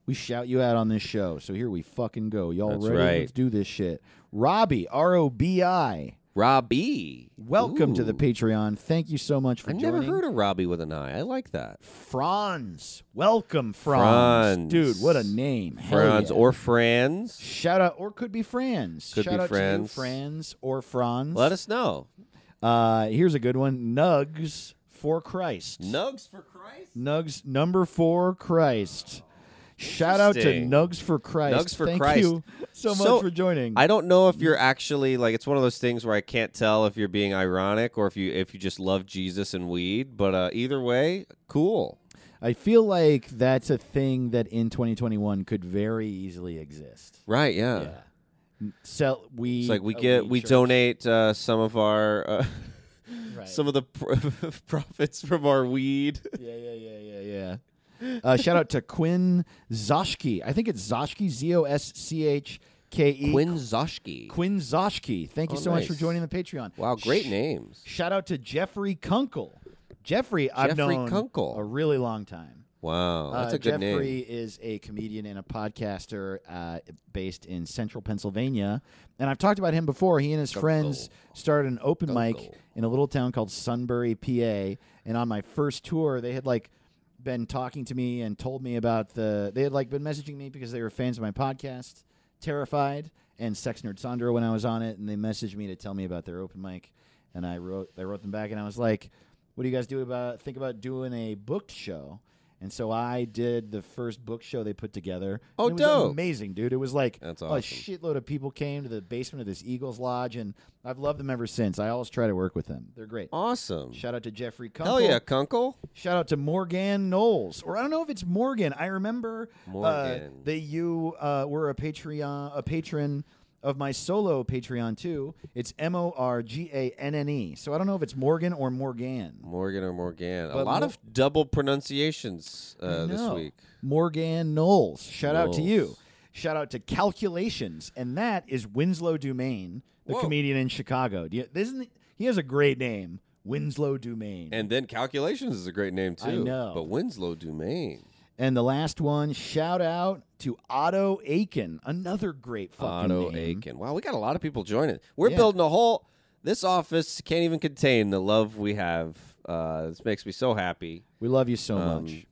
Speaker 2: we shout you out on this show. So here we fucking go. Y'all
Speaker 3: That's
Speaker 2: ready?
Speaker 3: right.
Speaker 2: Let's do this shit. Robbie, R O B I,
Speaker 3: Robbie.
Speaker 2: welcome to the
Speaker 3: Ooh.
Speaker 2: Patreon. Thank you so much for
Speaker 3: I
Speaker 2: joining.
Speaker 3: never heard of Robbie with an I. I like that.
Speaker 2: Franz. Welcome, Franz.
Speaker 3: Franz.
Speaker 2: Dude, what a name. Hell
Speaker 3: Franz
Speaker 2: yeah.
Speaker 3: or Franz.
Speaker 2: Shout out, or could be Franz.
Speaker 3: Could
Speaker 2: Shout
Speaker 3: be
Speaker 2: out
Speaker 3: Franz.
Speaker 2: to you, Franz or Franz.
Speaker 3: Let us know.
Speaker 2: Uh, here's a good one. Nugs for Christ.
Speaker 3: Nugs for Christ.
Speaker 2: Nugs number four Christ. Shout out to
Speaker 3: Interesting.
Speaker 2: Nugs for Christ.
Speaker 3: Nugs for
Speaker 2: Thank
Speaker 3: Christ.
Speaker 2: you so much
Speaker 3: So,
Speaker 2: for joining.
Speaker 3: I don't know if you're actually like it's one of those things where I can't tell if you're being ironic or if you if you just love Jesus and weed. But uh, either way, cool.
Speaker 2: I feel like that's a thing that in 2021 could very easily exist.
Speaker 3: Right? Yeah.
Speaker 2: N- Sell we.
Speaker 3: It's like we
Speaker 2: a
Speaker 3: get
Speaker 2: weed
Speaker 3: we
Speaker 2: church.
Speaker 3: donate uh, some of our uh, *laughs*
Speaker 2: Right.
Speaker 3: some of the pr- *laughs* profits from our
Speaker 2: *laughs*
Speaker 3: weed.
Speaker 2: Yeah, yeah, yeah, yeah, yeah. Uh, shout out to Quinn Zoshki. I think it's Zoshki. Z O S C H K E.
Speaker 3: Zoshki.
Speaker 2: Quinn Zoshki. Thank you
Speaker 3: Oh,
Speaker 2: so much for
Speaker 3: nice.
Speaker 2: joining the Patreon.
Speaker 3: Wow, great
Speaker 2: Sh-
Speaker 3: names.
Speaker 2: Shout out to Jeffrey Kunkel. Jeffrey, I've
Speaker 3: Jeffrey
Speaker 2: known
Speaker 3: Kunkel.
Speaker 2: a really long time.
Speaker 3: Wow, that's
Speaker 2: Uh,
Speaker 3: a good
Speaker 2: Jeffrey
Speaker 3: name.
Speaker 2: is a comedian and a podcaster uh, based in central Pennsylvania. And I've talked about him before. He and his friends started an open mic
Speaker 3: Kunkel.
Speaker 2: in a little town called Sunbury, PA. And on my first tour, they had like been talking to me and told me about the. They had like been messaging me because they were fans of my podcast, Terrified, and Sex Nerd Sandra when I was on it. And they messaged me to tell me about their open mic. And I wrote, I wrote them back, and I was like, "What do you guys do about think about doing a booked show?" And so I did the first book show they put together.
Speaker 3: Oh,
Speaker 2: and it was
Speaker 3: dope.
Speaker 2: Amazing, dude! It was like
Speaker 3: That's
Speaker 2: a
Speaker 3: awesome.
Speaker 2: shitload of people came to the basement of this Eagles Lodge, and I've loved them ever since. I always try to work with them; they're great.
Speaker 3: Awesome.
Speaker 2: Shout out to Jeffrey Kunkel.
Speaker 3: Hell yeah, Kunkel.
Speaker 2: Shout out to Morgan Knowles, or I don't know if it's Morgan. I remember uh,
Speaker 3: Morgan.
Speaker 2: that you uh, were a Patreon, a patron of my solo Patreon too. It's M O R G A N N E. So I don't know if it's Morgan or Morgan.
Speaker 3: Morgan or Morgan. a
Speaker 2: But
Speaker 3: lot
Speaker 2: Mo-
Speaker 3: of double pronunciations uh, this
Speaker 2: No.
Speaker 3: week.
Speaker 2: Morgan Knowles. Shout out to you.
Speaker 3: Knowles.
Speaker 2: Shout out to Calculations, and that is Winslow Dumain, the
Speaker 3: Whoa.
Speaker 2: comedian in Chicago. Do you, isn't he, he has a great name, Winslow Dumain.
Speaker 3: And then calculations is a great name too.
Speaker 2: I know.
Speaker 3: But Winslow Dumain.
Speaker 2: And the last one, shout out to Otto Aiken, another great fucking
Speaker 3: Otto
Speaker 2: name.
Speaker 3: Aiken. Wow, we got a lot of people joining. We're
Speaker 2: Yeah.
Speaker 3: building a whole this office can't even contain the love we have. Uh, this makes me so happy.
Speaker 2: We love you so
Speaker 3: Um,
Speaker 2: much.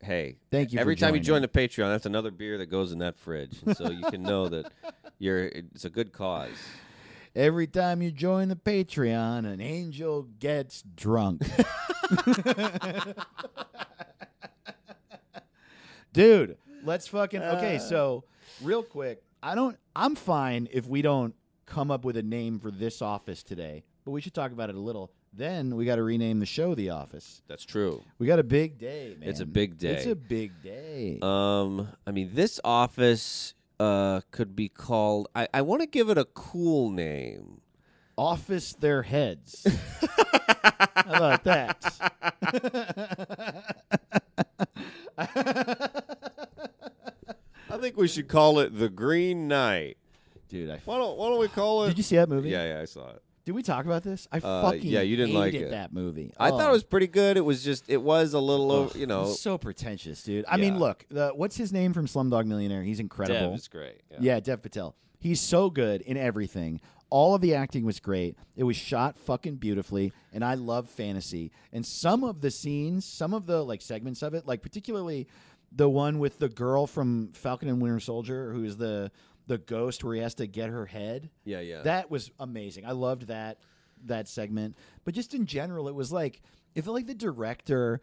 Speaker 3: Hey,
Speaker 2: Thank you for
Speaker 3: Every time you join
Speaker 2: joining.
Speaker 3: the Patreon, that's another beer that goes in that fridge, and so you can know
Speaker 2: *laughs*
Speaker 3: that you're. It's a good cause.
Speaker 2: Every time you join the Patreon, an angel gets
Speaker 3: *laughs*
Speaker 2: drunk. Dude, let's fucking
Speaker 3: Uh.
Speaker 2: Okay, so real quick, I don't I'm fine if we don't come up with a name for this office today, but we should talk about it a little. Then we got to rename the show The Office.
Speaker 3: That's true.
Speaker 2: We got a big day, man.
Speaker 3: It's a big
Speaker 2: It's
Speaker 3: day.
Speaker 2: a big day.
Speaker 3: Um, I mean, this office uh could be called. I I want to give it a cool name.
Speaker 2: Office their heads.
Speaker 3: *laughs*
Speaker 2: How about that?
Speaker 3: I think we should call it the Green Knight.
Speaker 2: Dude, I.
Speaker 3: Why don't Why don't we call it?
Speaker 2: Did you see that movie?
Speaker 3: yeah, yeah, I saw it.
Speaker 2: Did we talk about this? I
Speaker 3: Uh,
Speaker 2: fucking
Speaker 3: yeah, you didn't like
Speaker 2: hated
Speaker 3: it.
Speaker 2: that movie.
Speaker 3: I
Speaker 2: Oh,
Speaker 3: thought it was pretty good. It was just it was a little
Speaker 2: ugh,
Speaker 3: over, you know.
Speaker 2: so pretentious, dude. I mean,
Speaker 3: Yeah.
Speaker 2: look, the, what's his name from Slumdog Millionaire? He's incredible.
Speaker 3: is great.
Speaker 2: Yeah, Dev Patel. He's so good in everything. All of the acting was great. It was shot fucking beautifully, and I love fantasy. And some of the scenes, some of the like segments of it, like particularly the one with the girl from Falcon and Winter Soldier, who is the the ghost where he has to get her head.
Speaker 3: yeah, yeah.
Speaker 2: That was amazing. I loved that that segment. But just in general, it was like it felt like the director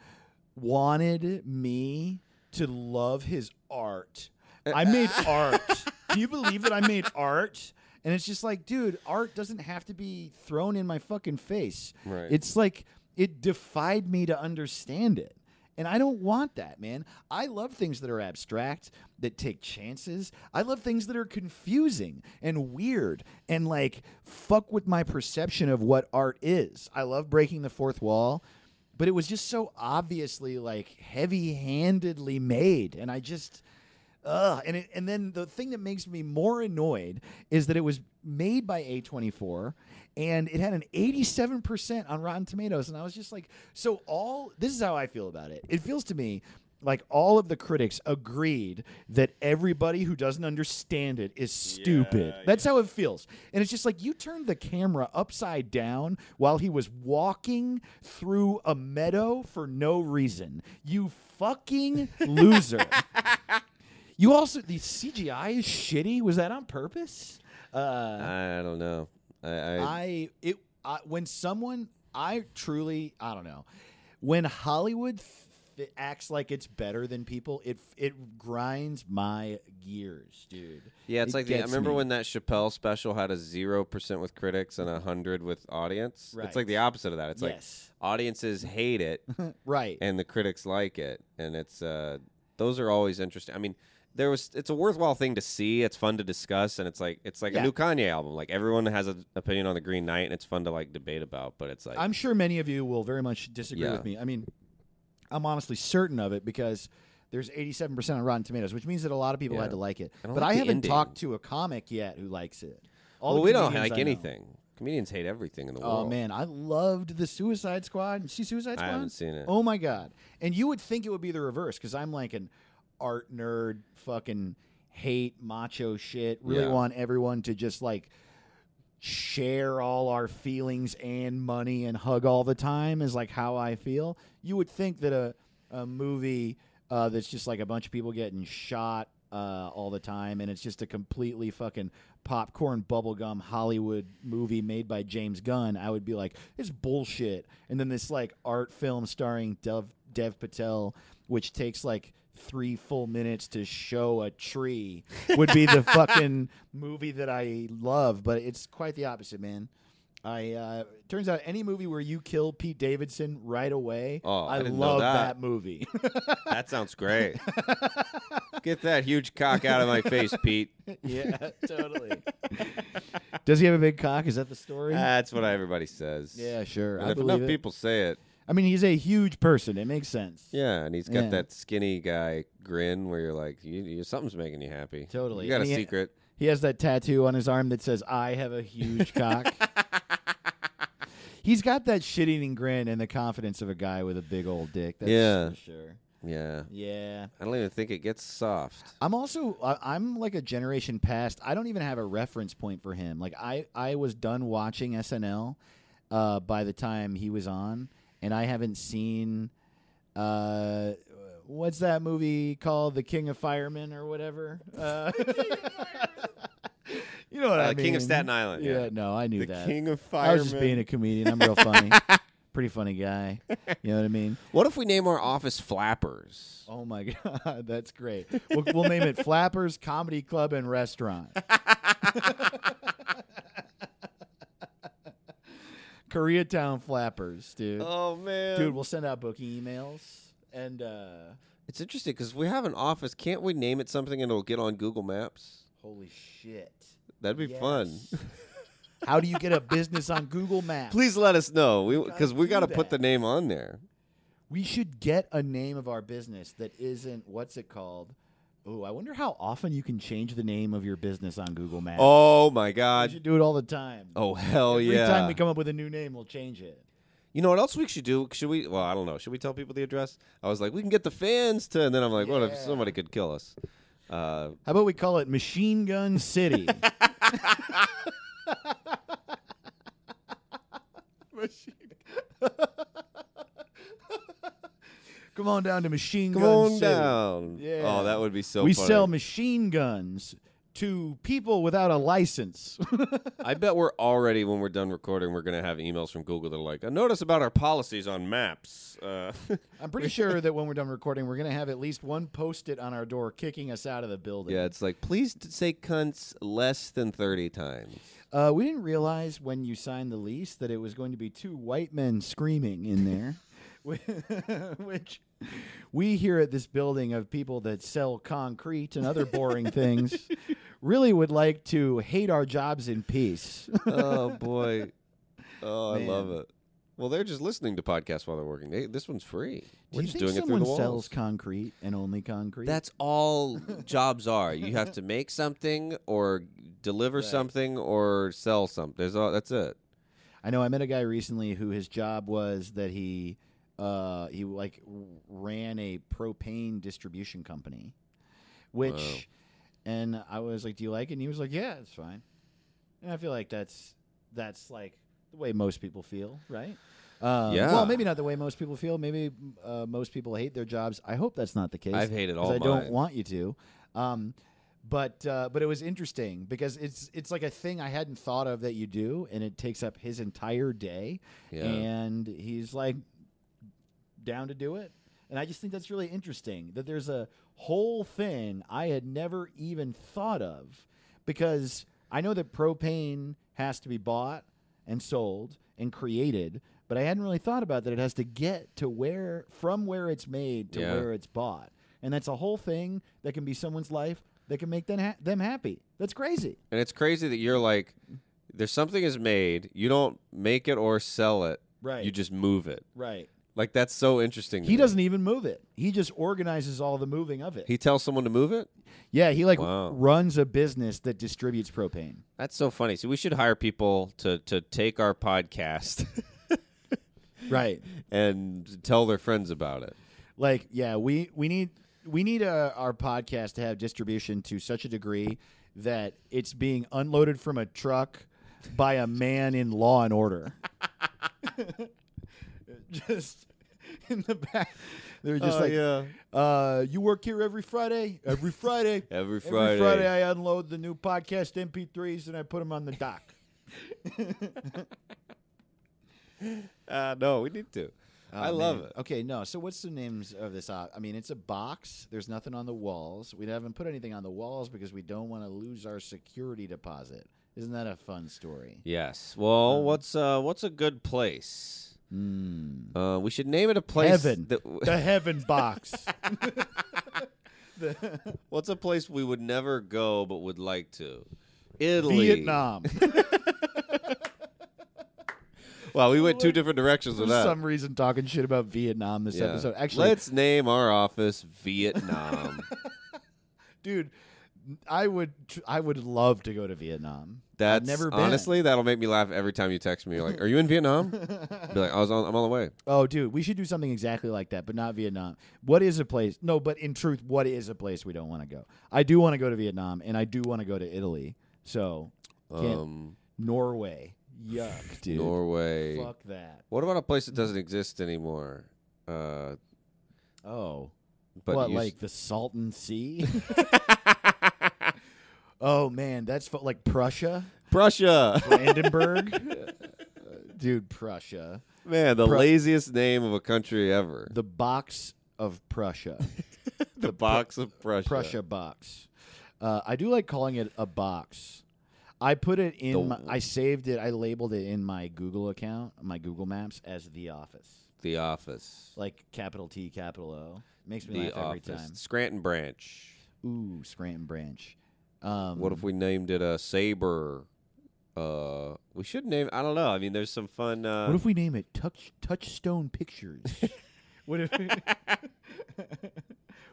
Speaker 2: wanted me to love his art I made art. Can you believe that I made art? And it's just like, dude, art doesn't have to be thrown in my fucking face.
Speaker 3: Right.
Speaker 2: It's like it defied me to understand it. And I don't want that, man. I love things that are abstract, that take chances. I love things that are confusing and weird and like fuck with my perception of what art is. I love breaking the fourth wall but it was just so obviously like heavy-handedly made and i just ugh and it, and then the thing that makes me more annoyed is that it was made by A24 and it had an 87% on Rotten Tomatoes and I was just like so all this is how I feel about it it feels to me like all of the critics agreed that everybody who doesn't understand it is stupid. That's how it feels. And it's just like you turned the camera upside down while he was walking through a meadow for no reason. You fucking loser. You also the CGI is shitty. Was that on purpose? Uh,
Speaker 3: I don't know. I, I,
Speaker 2: I it I, when someone I truly I don't know when Hollywood f- acts like it's better than people, it f- it grinds my gears, dude.
Speaker 3: yeah, it's
Speaker 2: It
Speaker 3: like the, I
Speaker 2: gets
Speaker 3: remember
Speaker 2: me.
Speaker 3: when that Chappelle special had a zero percent with critics and a hundred with audience. It's like
Speaker 2: Right.
Speaker 3: the opposite of that. It's
Speaker 2: Yes.
Speaker 3: like audiences hate it
Speaker 2: *laughs* right
Speaker 3: and the critics like it, and it's uh, those are always interesting. I mean. There was. It's a worthwhile thing to see. It's fun to discuss, and it's like it's like
Speaker 2: Yeah.
Speaker 3: a new Kanye album. Like everyone has an opinion on the Green Knight, and it's fun to like debate about. But it's like
Speaker 2: I'm sure many of you will very much disagree
Speaker 3: Yeah.
Speaker 2: with me. I mean, I'm honestly certain of it because there's 87% on Rotten Tomatoes, which means that a lot of people
Speaker 3: Yeah.
Speaker 2: had to like it.
Speaker 3: I don't
Speaker 2: but
Speaker 3: like
Speaker 2: I
Speaker 3: the
Speaker 2: haven't
Speaker 3: ending.
Speaker 2: talked to a comic yet who likes it. All the
Speaker 3: well, we don't
Speaker 2: comedians
Speaker 3: like
Speaker 2: I know-
Speaker 3: anything. Comedians hate everything in the
Speaker 2: Oh
Speaker 3: world.
Speaker 2: man, I loved the Suicide Squad. You see Suicide Squad?
Speaker 3: I haven't seen it.
Speaker 2: Oh my god! And you would think it would be the reverse because I'm like an art nerd, fucking hate macho shit. Really
Speaker 3: Yeah.
Speaker 2: want everyone to just like share all our feelings and money and hug all the time is like how I feel. You would think that a a movie uh, that's just like a bunch of people getting shot uh, all the time and it's just a completely fucking popcorn bubblegum Hollywood movie made by James Gunn, I would be like, it's bullshit. And then this like art film starring Dev Dev Patel, which takes like three full minutes to show a tree would be
Speaker 3: *laughs*
Speaker 2: the fucking movie that I love, but it's quite the opposite, man. I uh, turns out any movie where you kill Pete Davidson right away,
Speaker 3: Oh, I didn't know
Speaker 2: love
Speaker 3: that. *laughs*
Speaker 2: movie. *laughs*
Speaker 3: That sounds great. Get that huge cock out of my face, Pete.
Speaker 2: yeah, totally. *laughs* Does he have a big cock? Is that the story?
Speaker 3: That's what everybody says.
Speaker 2: yeah, sure.
Speaker 3: And
Speaker 2: I
Speaker 3: if enough
Speaker 2: believe it.
Speaker 3: people say it,
Speaker 2: I mean, he's a huge person. It makes sense.
Speaker 3: yeah, and he's got
Speaker 2: Yeah.
Speaker 3: that skinny guy grin where you're like, you, you, something's making you happy.
Speaker 2: Totally.
Speaker 3: You got
Speaker 2: And
Speaker 3: a
Speaker 2: he-
Speaker 3: secret.
Speaker 2: He has that tattoo on his arm that says "I have a huge cock." He's got that shit-eating grin and the confidence of a guy with a big old dick. That's
Speaker 3: Yeah.
Speaker 2: for sure.
Speaker 3: Yeah.
Speaker 2: Yeah.
Speaker 3: I don't even think it gets soft.
Speaker 2: I'm also I- I'm like a generation past. I don't even have a reference point for him. Like I I was done watching SNL uh, by the time he was on, and I haven't seen uh, what's that movie called, The King of Firemen or whatever. Uh, *laughs* you know what I
Speaker 3: Uh,
Speaker 2: mean?
Speaker 3: King of Staten Island,
Speaker 2: Yeah,
Speaker 3: yeah.
Speaker 2: no, I knew that.
Speaker 3: of
Speaker 2: I was just being a comedian. I'm real
Speaker 3: *laughs*
Speaker 2: funny. Pretty funny guy. You know what I mean?
Speaker 3: What if we name our office Flappers?
Speaker 2: Oh my *laughs* god, that's great. We'll, we'll name it Flappers Comedy Club and Restaurant. *laughs* Koreatown Flappers, dude.
Speaker 3: Oh, man.
Speaker 2: Dude, we'll send out booking emails and uh
Speaker 3: it's interesting because we have an office. Can't we name it something and it'll get on Google Maps?
Speaker 2: holy shit.
Speaker 3: That'd be fun.
Speaker 2: Yes. *laughs* How do you get a business on Google Maps?
Speaker 3: *laughs* Please let us know
Speaker 2: gotta
Speaker 3: because we
Speaker 2: do
Speaker 3: got to put
Speaker 2: that.
Speaker 3: the name on there.
Speaker 2: We should get a name of our business that isn't what's it called? Oh, I wonder how often you can change the name of your business on Google Maps.
Speaker 3: Oh my
Speaker 2: we
Speaker 3: God!
Speaker 2: should do it all the time.
Speaker 3: Oh hell
Speaker 2: Every
Speaker 3: yeah!
Speaker 2: time we come up with a new name, we'll change it.
Speaker 3: you know what else we should do? Should we? Well, I don't know. Should we tell people the address? I was like, we can get the fans to, and then I'm like, what if
Speaker 2: Yeah.
Speaker 3: somebody could kill us? Uh,
Speaker 2: How about we call it Machine Gun *laughs* City? Machine. *laughs* Come on down to Machine
Speaker 3: come
Speaker 2: Gun
Speaker 3: on
Speaker 2: City.
Speaker 3: down.
Speaker 2: Yeah. *laughs*
Speaker 3: Oh, that would be so.
Speaker 2: we
Speaker 3: funny.
Speaker 2: sell machine guns to people without a license.
Speaker 3: I bet we're already when we're done recording, we're gonna have emails from Google that are like, "A notice about our policies on maps." Uh,
Speaker 2: *laughs*
Speaker 3: *laughs*
Speaker 2: I'm pretty sure that when we're done recording, we're going to have at least one post it on our door kicking us out of the building.
Speaker 3: yeah, it's like, please d- say "cunts" less than thirty times.
Speaker 2: Uh, we didn't realize when you signed the lease that it was going to be two white men screaming in there, *laughs* whi- which we here at this building of people that sell concrete and other boring things really would like to hate our jobs in peace.
Speaker 3: *laughs* oh boy, oh I
Speaker 2: Man.
Speaker 3: love it. Well, they're just listening to podcasts while they're working. They, this one's free.
Speaker 2: Do
Speaker 3: We're
Speaker 2: you
Speaker 3: just
Speaker 2: think
Speaker 3: doing it through
Speaker 2: someone
Speaker 3: the walls.
Speaker 2: sells concrete and only concrete?
Speaker 4: That's all jobs are. You have to make something or
Speaker 3: Deliver something or sell something. There's all, that's it.
Speaker 2: I know I met a guy recently who his job was that he uh he like ran a propane distribution company which and I was like do you like it and he was like yeah it's fine and I feel like that's that's like the way most people feel right um,
Speaker 3: Yeah.
Speaker 2: well maybe not the way most people feel maybe uh, most people hate their jobs I hope that's not the case
Speaker 3: I've hated
Speaker 2: 'cause
Speaker 3: all
Speaker 2: I don't
Speaker 3: mine.
Speaker 2: want you to um but uh, but it was interesting because it's it's like a thing I hadn't thought of that you do, and it takes up his entire day,
Speaker 3: Yeah.
Speaker 2: and he's like down to do it, and I just think that's really interesting that there's a whole thing I had never even thought of because I know that propane has to be bought and sold and created. But I hadn't really thought about that. It has to get to where, from where it's made to
Speaker 3: Yeah.
Speaker 2: where it's bought, and that's a whole thing that can be someone's life that can make them ha- them happy. That's crazy.
Speaker 3: And it's crazy that you're like, there's something is made. You don't make it or sell it.
Speaker 2: Right.
Speaker 3: You just move it.
Speaker 2: Right.
Speaker 3: Like that's so interesting. to
Speaker 2: He
Speaker 3: me.
Speaker 2: doesn't even move it. He just organizes all the moving of it.
Speaker 3: He tells someone to move it.
Speaker 2: yeah, he like
Speaker 3: Wow.
Speaker 2: runs a business that distributes propane.
Speaker 3: That's so funny. So we should hire people to to take our podcast *laughs*
Speaker 2: Right.
Speaker 3: and tell their friends about it.
Speaker 2: Like yeah, we we need we need uh our podcast to have distribution to such a degree that it's being unloaded from a truck by a man in law and order. *laughs* just in the back. They're just like Uh, you work here every Friday. Every Friday.
Speaker 3: Every
Speaker 2: Every
Speaker 3: Friday.
Speaker 2: Friday, I unload the new podcast MP3s and I put them on the dock.
Speaker 3: Uh, no, we need to.
Speaker 2: Oh,
Speaker 3: I love it.
Speaker 2: Okay, no. So what's the names of this? op- I mean, it's a box. There's nothing on the walls. We haven't put anything on the walls because we don't want to lose our security deposit. Isn't that a fun story?
Speaker 3: Yes. Well,
Speaker 2: Um,
Speaker 3: what's uh, what's a good place?
Speaker 2: Mm.
Speaker 3: Uh, we should name it a place.
Speaker 2: Heaven.
Speaker 3: That,
Speaker 2: *laughs* The heaven *laughs* box.
Speaker 3: *laughs* what's a place we would never go but would like to? Italy.
Speaker 2: Vietnam.
Speaker 3: Well, we went two different directions
Speaker 2: For
Speaker 3: with that.
Speaker 2: some reason, talking shit about Vietnam this
Speaker 3: Yeah.
Speaker 2: episode. Actually,
Speaker 3: let's name our office
Speaker 2: *laughs*
Speaker 3: Vietnam.
Speaker 2: dude, I would, tr- I would love to go to Vietnam.
Speaker 3: That's
Speaker 2: I've never been.
Speaker 3: honestly that'll make me laugh every time you text me. You're like, "Are you
Speaker 2: *laughs*
Speaker 3: in Vietnam?" Be like, "I was on, I'm on the way."
Speaker 2: Oh, dude, we should do something exactly like that, but not Vietnam. What is a place? No, but in truth, what is a place we don't want to go? I do want to go to Vietnam, and I do want to go to Italy. So, can't,
Speaker 3: Um,
Speaker 2: Norway,
Speaker 3: *sighs*
Speaker 2: yuck, dude,
Speaker 3: Norway.
Speaker 2: fuck that.
Speaker 3: What about a place that doesn't exist anymore? Uh,
Speaker 2: Oh,
Speaker 3: but
Speaker 2: what
Speaker 3: you s-
Speaker 2: like the Salton
Speaker 3: *laughs*
Speaker 2: Sea? *laughs* oh man, that's fu- like Prussia, *laughs*
Speaker 3: Prussia. *laughs*
Speaker 2: Brandenburg, dude, Prussia,
Speaker 3: Man, the
Speaker 2: Pru-
Speaker 3: laziest name of a country ever.
Speaker 2: the box of Prussia.
Speaker 3: The, box of Prussia.
Speaker 2: Prussia box. Uh, I do like calling it a box. I put it in.
Speaker 3: The-
Speaker 2: my, I saved it. I labeled it in my Google account, my Google Maps, as the office,
Speaker 3: The office.
Speaker 2: like capital T, capital O. Makes me
Speaker 3: the
Speaker 2: laugh every
Speaker 3: office.
Speaker 2: time.
Speaker 3: Scranton branch.
Speaker 2: Ooh, Scranton Branch. Um,
Speaker 3: What if we named it a saber? Uh, we should name. I don't know. I mean, there's some fun. Uh,
Speaker 2: What if we name it Touch Touchstone
Speaker 3: *laughs*
Speaker 2: Pictures? what if? *laughs*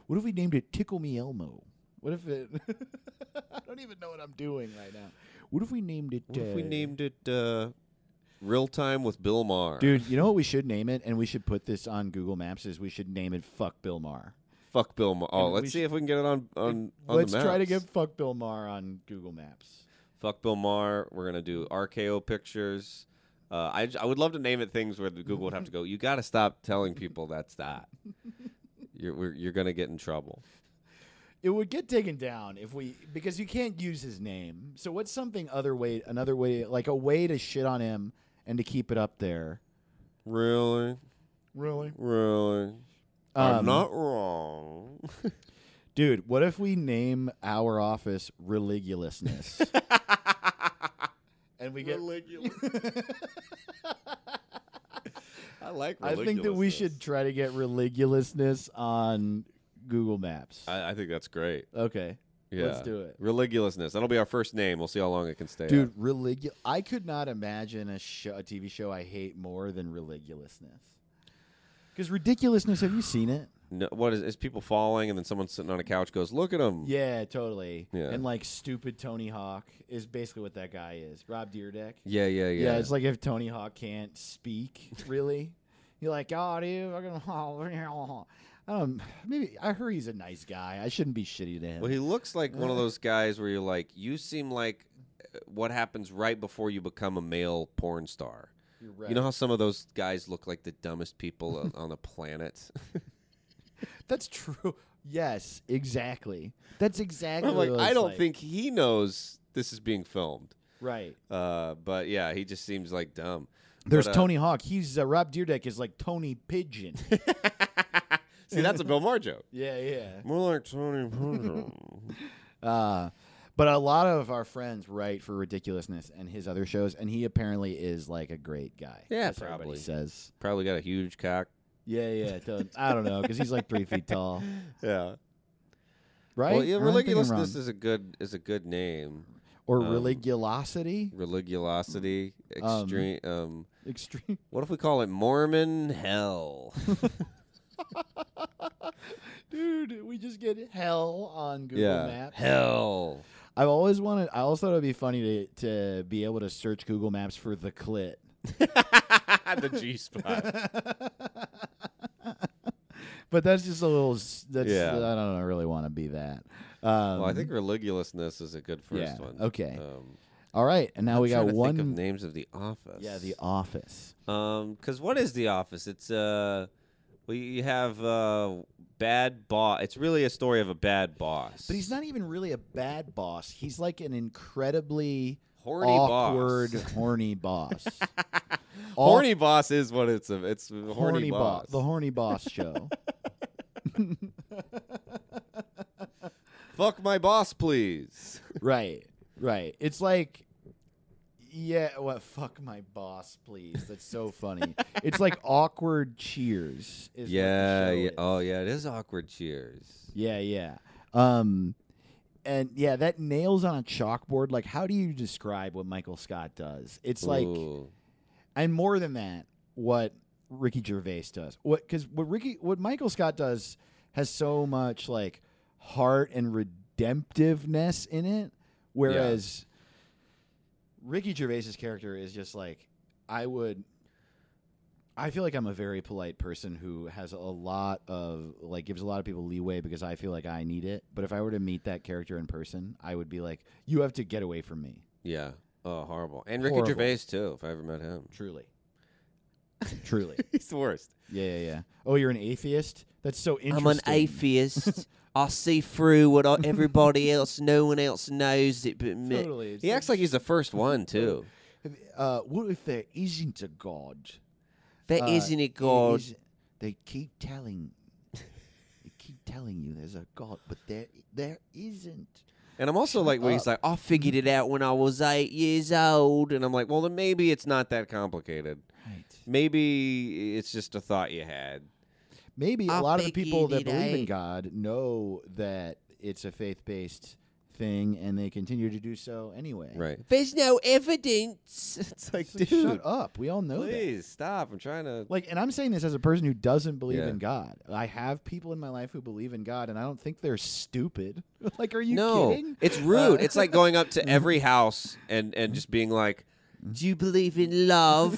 Speaker 2: what if we named it Tickle Me Elmo? What if it? *laughs* I don't even know what I'm doing right now. What if we named it?
Speaker 3: what if we
Speaker 2: uh,
Speaker 3: named it uh, real time with Bill Maher?
Speaker 2: Dude, you know what we should name it, and we should put this on Google Maps. Is we should name it "Fuck Bill Maher."
Speaker 3: fuck Bill Maher. Oh,
Speaker 2: we
Speaker 3: let's see
Speaker 2: should-
Speaker 3: if we can get it on on. on
Speaker 2: Let's
Speaker 3: the
Speaker 2: try to
Speaker 3: maps.
Speaker 2: get "Fuck Bill Maher" on Google Maps.
Speaker 3: fuck Bill Maher. We're gonna do RKO pictures. Uh, I j- I would love to name it things where the Google would have to go. You
Speaker 2: *laughs*
Speaker 3: got to stop telling people that's that. You're we're, you're gonna get in trouble.
Speaker 2: It would get taken down if we because you can't use his name. So what's something other way another way like a way to shit on him and to keep it up there?
Speaker 3: Really?
Speaker 2: Really?
Speaker 3: Really?
Speaker 2: Um,
Speaker 3: I'm not
Speaker 2: *laughs*
Speaker 3: wrong.
Speaker 2: Dude, what if we name our office
Speaker 3: *laughs*
Speaker 2: religiousness? and we get
Speaker 3: I like
Speaker 2: I think that we should try to get religiousness on Google Maps.
Speaker 3: I, I think that's great.
Speaker 2: okay.
Speaker 3: Yeah.
Speaker 2: Let's do it.
Speaker 3: Religiousness. That'll be our first name. We'll see how long it can stay.
Speaker 2: Dude, religious. I could not imagine a, show, a TV show I hate more than religiousness. Because ridiculousness, have you seen it?
Speaker 3: up. No, what is, is people falling and then someone sitting on a couch goes, look at him.
Speaker 2: Yeah, totally.
Speaker 3: Yeah.
Speaker 2: And like stupid Tony Hawk is basically what that guy is. Rob Deerdeck.
Speaker 3: Yeah, yeah, yeah.
Speaker 2: Yeah, it's like if Tony Hawk can't speak, really. *laughs* You're like, oh, dude, I'm *laughs* gonna. Um, maybe I heard he's a nice guy. I shouldn't be shitty to him.
Speaker 3: well, he looks like one of those guys where you're like, you seem like uh, what happens right before you become a male porn star.
Speaker 2: You're right.
Speaker 3: You know how some of those guys look like the dumbest people on- on
Speaker 2: *laughs*
Speaker 3: the planet?
Speaker 2: That's true. *laughs* Yes, exactly. That's exactly.
Speaker 3: I'm like,
Speaker 2: what
Speaker 3: I
Speaker 2: it's
Speaker 3: don't
Speaker 2: like.
Speaker 3: think he knows this is being filmed.
Speaker 2: Right.
Speaker 3: Uh, but yeah, he just seems like
Speaker 2: *laughs*
Speaker 3: dumb.
Speaker 2: There's
Speaker 3: But, uh,
Speaker 2: Tony Hawk. He's uh, Rob Deerdeck is like Tony
Speaker 3: *laughs*
Speaker 2: Pigeon.
Speaker 3: See, that's a Bill Maher joke.
Speaker 2: yeah, yeah.
Speaker 3: More like Tony Pigeon.
Speaker 2: Uh, but a lot of our friends write for ridiculousness and his other shows, and he apparently is like a great guy.
Speaker 3: Yeah,
Speaker 2: as everybody
Speaker 3: probably.
Speaker 2: says.
Speaker 3: *laughs* Probably got a huge cock.
Speaker 2: Yeah, yeah. to- I don't know because he's like three feet
Speaker 3: *laughs*
Speaker 2: tall,
Speaker 3: Yeah.
Speaker 2: right?
Speaker 3: Well, yeah,
Speaker 2: Or am I thinking
Speaker 3: religiousness
Speaker 2: wrong?
Speaker 3: is a good is a good name.
Speaker 2: or
Speaker 3: um,
Speaker 2: religiosity,
Speaker 3: Religulosity,
Speaker 2: Um,
Speaker 3: extreme. Um,
Speaker 2: extreme. *laughs*
Speaker 3: what if we call it Mormon hell?
Speaker 2: Dude, we just get hell on Google
Speaker 3: yeah,
Speaker 2: Maps. *laughs*
Speaker 3: hell.
Speaker 2: I've always wanted. I always thought it'd be funny to to be able to search Google Maps for the clit.
Speaker 3: the G spot.
Speaker 2: *laughs* But that's just a little. s- That's
Speaker 3: Yeah.
Speaker 2: I don't really want to be that. Um,
Speaker 3: Well, I think religulosness is a good first
Speaker 2: yeah,
Speaker 3: one.
Speaker 2: okay.
Speaker 3: Um,
Speaker 2: All right, and now
Speaker 3: I'm
Speaker 2: we
Speaker 3: trying
Speaker 2: got
Speaker 3: to
Speaker 2: one.
Speaker 3: Think of names of the office.
Speaker 2: yeah, The Office.
Speaker 3: Um, because what is the office? It's uh, well, you have uh, bad boss. It's really a story of a bad boss.
Speaker 2: But he's not even really a bad boss. He's like an incredibly
Speaker 3: Horny
Speaker 2: awkward,
Speaker 3: *laughs* boss.
Speaker 2: horny
Speaker 3: *laughs*
Speaker 2: boss. All-
Speaker 3: horny boss is what it's. A, it's horny,
Speaker 2: horny bo-
Speaker 3: boss.
Speaker 2: The horny boss show.
Speaker 3: Fuck my boss, please.
Speaker 2: right, right. It's like, yeah, what? fuck my boss, please. That's so funny. it's
Speaker 3: *laughs*
Speaker 2: like awkward cheers. Is what the
Speaker 3: yeah,
Speaker 2: show
Speaker 3: yeah.
Speaker 2: is.
Speaker 3: Oh, yeah. It is awkward. Cheers.
Speaker 2: Yeah, yeah. Um and yeah, that nails on a chalkboard. Like how do you describe what Michael Scott does? It's like
Speaker 3: Ooh.
Speaker 2: and more than that, what Ricky Gervais does. What cuz what Ricky what Michael Scott does has so much like heart and redemptiveness in it whereas Ricky Gervais's character is just like I would I feel like I'm a very polite person who has a lot of like gives a lot of people leeway because I feel like I need it. But if I were to meet that character in person, I would be like, "You have to get away from me."
Speaker 3: yeah. Oh, horrible. And Ricky
Speaker 2: Horrible.
Speaker 3: Gervais too. If I ever
Speaker 2: *laughs*
Speaker 3: met him,
Speaker 2: Truly, truly,
Speaker 3: he's the worst.
Speaker 2: yeah, yeah, yeah. Oh, you're an atheist? That's so interesting.
Speaker 4: I'm an
Speaker 2: *laughs*
Speaker 4: atheist. I see through what I, everybody else, no one else knows it but me.
Speaker 2: Totally.
Speaker 3: He acts like he's the first one too.
Speaker 2: Uh, what if there isn't a god?
Speaker 4: That
Speaker 2: Uh,
Speaker 4: not a
Speaker 2: it
Speaker 4: god.
Speaker 2: is- they keep telling, they keep telling you there's a god, but there there isn't.
Speaker 3: And I'm also like,
Speaker 2: Uh,
Speaker 3: where he's like, mm-hmm.
Speaker 4: I figured it out when I was eight years old.
Speaker 3: and I'm like, well, then maybe it's not that complicated.
Speaker 2: Right.
Speaker 3: Maybe it's just a thought you had.
Speaker 2: Maybe a
Speaker 4: I
Speaker 2: lot of the
Speaker 4: think
Speaker 2: people
Speaker 4: you
Speaker 2: that
Speaker 4: need
Speaker 2: believe in
Speaker 4: a-
Speaker 2: God know that it's a faith based thing and they continue to do so anyway.
Speaker 3: Right.
Speaker 4: There's no evidence. *laughs*
Speaker 3: It's like,
Speaker 2: It's like,
Speaker 3: dude,
Speaker 2: shut up. We all know that.
Speaker 3: please stop. I'm trying to.
Speaker 2: Like, and I'm saying this as a person who doesn't believe
Speaker 3: Yeah.
Speaker 2: in God. I have people in my life who believe in God, and I don't think they're stupid. *laughs* like, are you
Speaker 3: no,
Speaker 2: kidding?
Speaker 3: it's rude.
Speaker 2: Uh,
Speaker 3: it's like going up to every house and and just being like,
Speaker 4: Do you believe in love?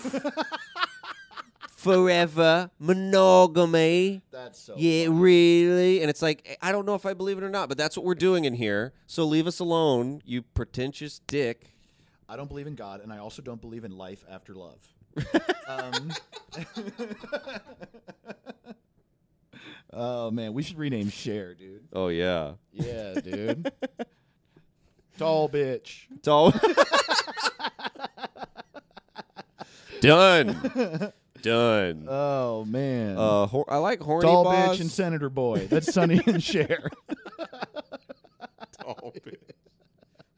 Speaker 4: Forever monogamy.
Speaker 2: That's so.
Speaker 4: Yeah,
Speaker 3: really? And it's like, I don't know if I believe it or not, but that's what we're doing in here. So leave us alone, you pretentious dick.
Speaker 2: I don't believe in God, and I also don't believe in life after love.
Speaker 3: *laughs*
Speaker 2: um, *laughs* Oh man, we should rename Share, dude.
Speaker 3: Oh yeah.
Speaker 2: Yeah, dude. *laughs* Tall bitch.
Speaker 3: Doll. *laughs* Done.
Speaker 2: *laughs*
Speaker 3: Done. Uh,
Speaker 2: Oh man.
Speaker 3: hor- I like horny
Speaker 2: Doll
Speaker 3: Uh, boss.
Speaker 2: bitch and senator boy. That's Sonny and
Speaker 3: *laughs*
Speaker 2: Cher. *laughs*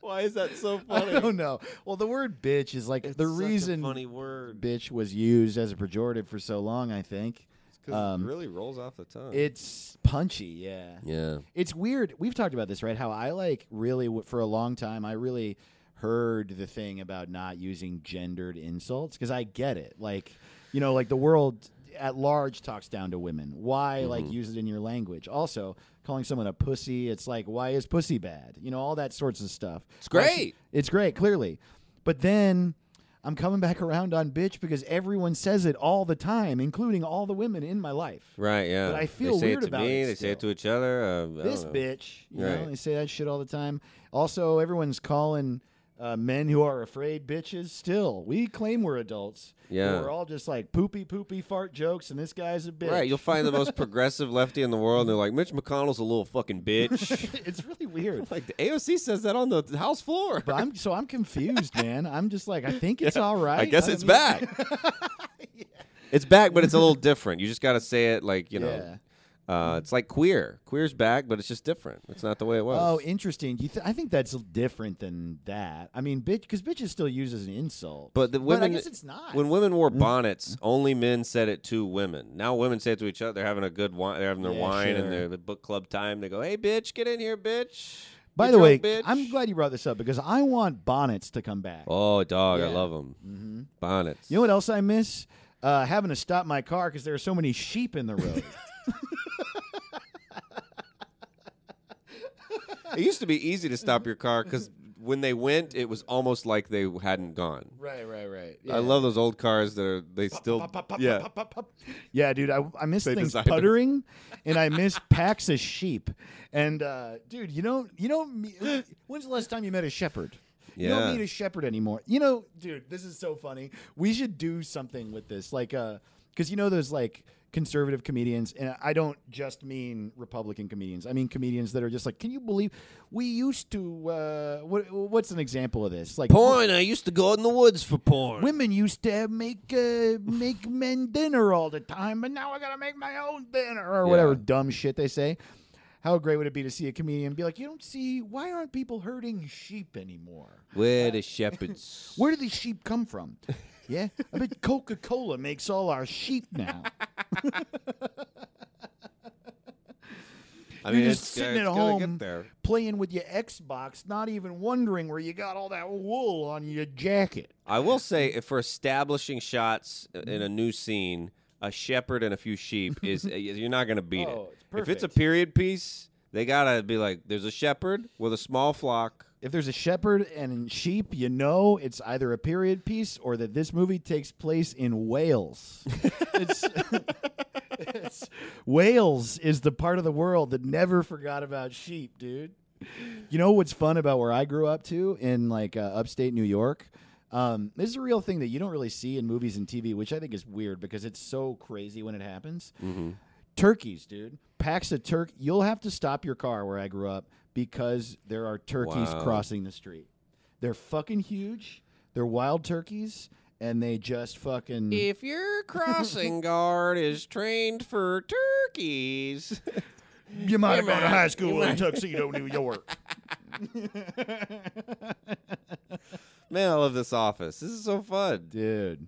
Speaker 3: Why is that so
Speaker 2: I don't know. Well, the word bitch is like the reason
Speaker 3: funny word.
Speaker 2: bitch was used as a pejorative for so long. I think um,
Speaker 3: it really rolls off the tongue.
Speaker 2: it's punchy. Yeah.
Speaker 3: yeah.
Speaker 2: It's weird. We've talked about this, right? How I like really w- for a long time. I really heard the thing about not using gendered insults because I get it. Like you know, like the world at large talks down to women. Why like use it in your language? Also, calling someone a pussy. It's like why is pussy bad? You know, all that sorts of stuff. It's
Speaker 3: great.
Speaker 2: It's great, clearly. But then I'm coming back around on bitch because everyone says it all the time, including all the women in my life.
Speaker 3: Right. Yeah.
Speaker 2: But I feel
Speaker 3: they say
Speaker 2: weird
Speaker 3: it to
Speaker 2: about
Speaker 3: me.
Speaker 2: it
Speaker 3: they say it
Speaker 2: still.
Speaker 3: to each other. Um, I
Speaker 2: this
Speaker 3: don't know.
Speaker 2: bitch. You know,
Speaker 3: Right.
Speaker 2: they say that shit all the time. Also, everyone's calling uh, men who are afraid bitches. Still, we claim we're adults. but
Speaker 3: Yeah.
Speaker 2: we're all just like poopy poopy fart jokes, and this guy's a bitch.
Speaker 3: Right. You'll find the
Speaker 2: *laughs*
Speaker 3: most progressive lefty in the world, and they're like, Mitch McConnell's a little fucking
Speaker 2: *laughs*
Speaker 3: bitch.
Speaker 2: it's really
Speaker 3: *laughs*
Speaker 2: weird.
Speaker 3: like the AOC says that on the House floor.
Speaker 2: But I'm so I'm confused, man. I'm just like I think
Speaker 3: *laughs*
Speaker 2: it's all right.
Speaker 3: I guess
Speaker 2: don't
Speaker 3: it's
Speaker 2: know.
Speaker 3: back. It's back, but it's a little different. You just got to say it like you know. Uh, it's like queer. Queer's back, but it's just different. It's not the way it was.
Speaker 2: *laughs* Oh, interesting. You th- I think that's different than that. I mean, bitch, because bitch is still used as an insult.
Speaker 3: But the
Speaker 2: I
Speaker 3: women-
Speaker 2: guess it's not.
Speaker 3: when women wore
Speaker 2: Mm-hmm.
Speaker 3: bonnets, only men said it to women. Now women say it to each other. They're having a good wine. They're having their
Speaker 2: Yeah, sure.
Speaker 3: wine and their the book club time. They go, "Hey, bitch, get in here, bitch."
Speaker 2: By
Speaker 3: Get
Speaker 2: the
Speaker 3: your
Speaker 2: way,
Speaker 3: own bitch."
Speaker 2: I'm glad you brought this up because I want bonnets to come back.
Speaker 3: Oh, dog, I
Speaker 2: Yeah. Mm-hmm.
Speaker 3: love them. Bonnets.
Speaker 2: You know what else I miss? Uh, having to stop my car because there are so many sheep in the road.
Speaker 3: it used to be easy to stop your car because when they went, it was almost like they hadn't gone.
Speaker 2: *laughs* right, right, right.
Speaker 3: I love those old cars that are they still yeah.
Speaker 2: Yeah, dude, I, I miss
Speaker 3: They
Speaker 2: things
Speaker 3: designed it.
Speaker 2: puttering, and I miss *laughs* packs of sheep. And uh, dude, you don't you don't. me- When's the last time you met a shepherd? You
Speaker 3: Yeah.
Speaker 2: don't meet a shepherd anymore. You know, dude, this is so funny. We should do something with this, like uh, because you know those like conservative comedians, and I don't just mean Republican comedians. I mean comedians that are just like, can you believe we used to? Uh, what what's an example of this? Like
Speaker 4: Porn. I used to go out in the woods for porn.
Speaker 2: Women used to make uh, make men dinner all the time, but now I gotta make my own dinner or whatever
Speaker 3: Yeah.
Speaker 2: dumb shit they say. How great would it be to see a comedian be like, "You don't see why aren't people herding sheep anymore?
Speaker 4: Where the shepherds?
Speaker 2: Where do these sheep come
Speaker 3: *laughs*
Speaker 2: from?" yeah, I bet Coca Cola makes all our sheep
Speaker 3: *laughs*
Speaker 2: now.
Speaker 3: I
Speaker 2: You're
Speaker 3: mean,
Speaker 2: just
Speaker 3: it's-
Speaker 2: sitting
Speaker 3: it's
Speaker 2: at
Speaker 3: gotta get
Speaker 2: home
Speaker 3: there.
Speaker 2: playing with your Xbox, not even wondering where you got all that wool on your jacket.
Speaker 3: I will say, if for establishing shots in a new scene, a shepherd and a few sheep is you're not going to beat
Speaker 2: Oh,
Speaker 3: it.
Speaker 2: it's
Speaker 3: if it's a
Speaker 2: perfect.
Speaker 3: period piece, they gotta be like, there's a shepherd with a small flock.
Speaker 2: if there's a shepherd and sheep, you know it's either a period piece or that this movie takes place in Wales. it's, it's- Wales is the part of the world that never forgot about sheep, dude. You know what's fun about where I grew up too in like uh, upstate New York? Um, this is a real thing that you don't really see in movies and TV, which I think is weird because it's so crazy when it happens turkeys, dude. Packs of turkey. You'll have to stop your car where I grew up because there are turkeys
Speaker 3: Wow.
Speaker 2: crossing the street. They're fucking huge. They're wild turkeys, and they just fucking.
Speaker 3: If *laughs* your crossing guard is trained for turkeys,
Speaker 2: you might have gone to high school in Tuxedo, New York.
Speaker 3: *laughs* man, I love this office. This is so fun
Speaker 2: *laughs* Dude,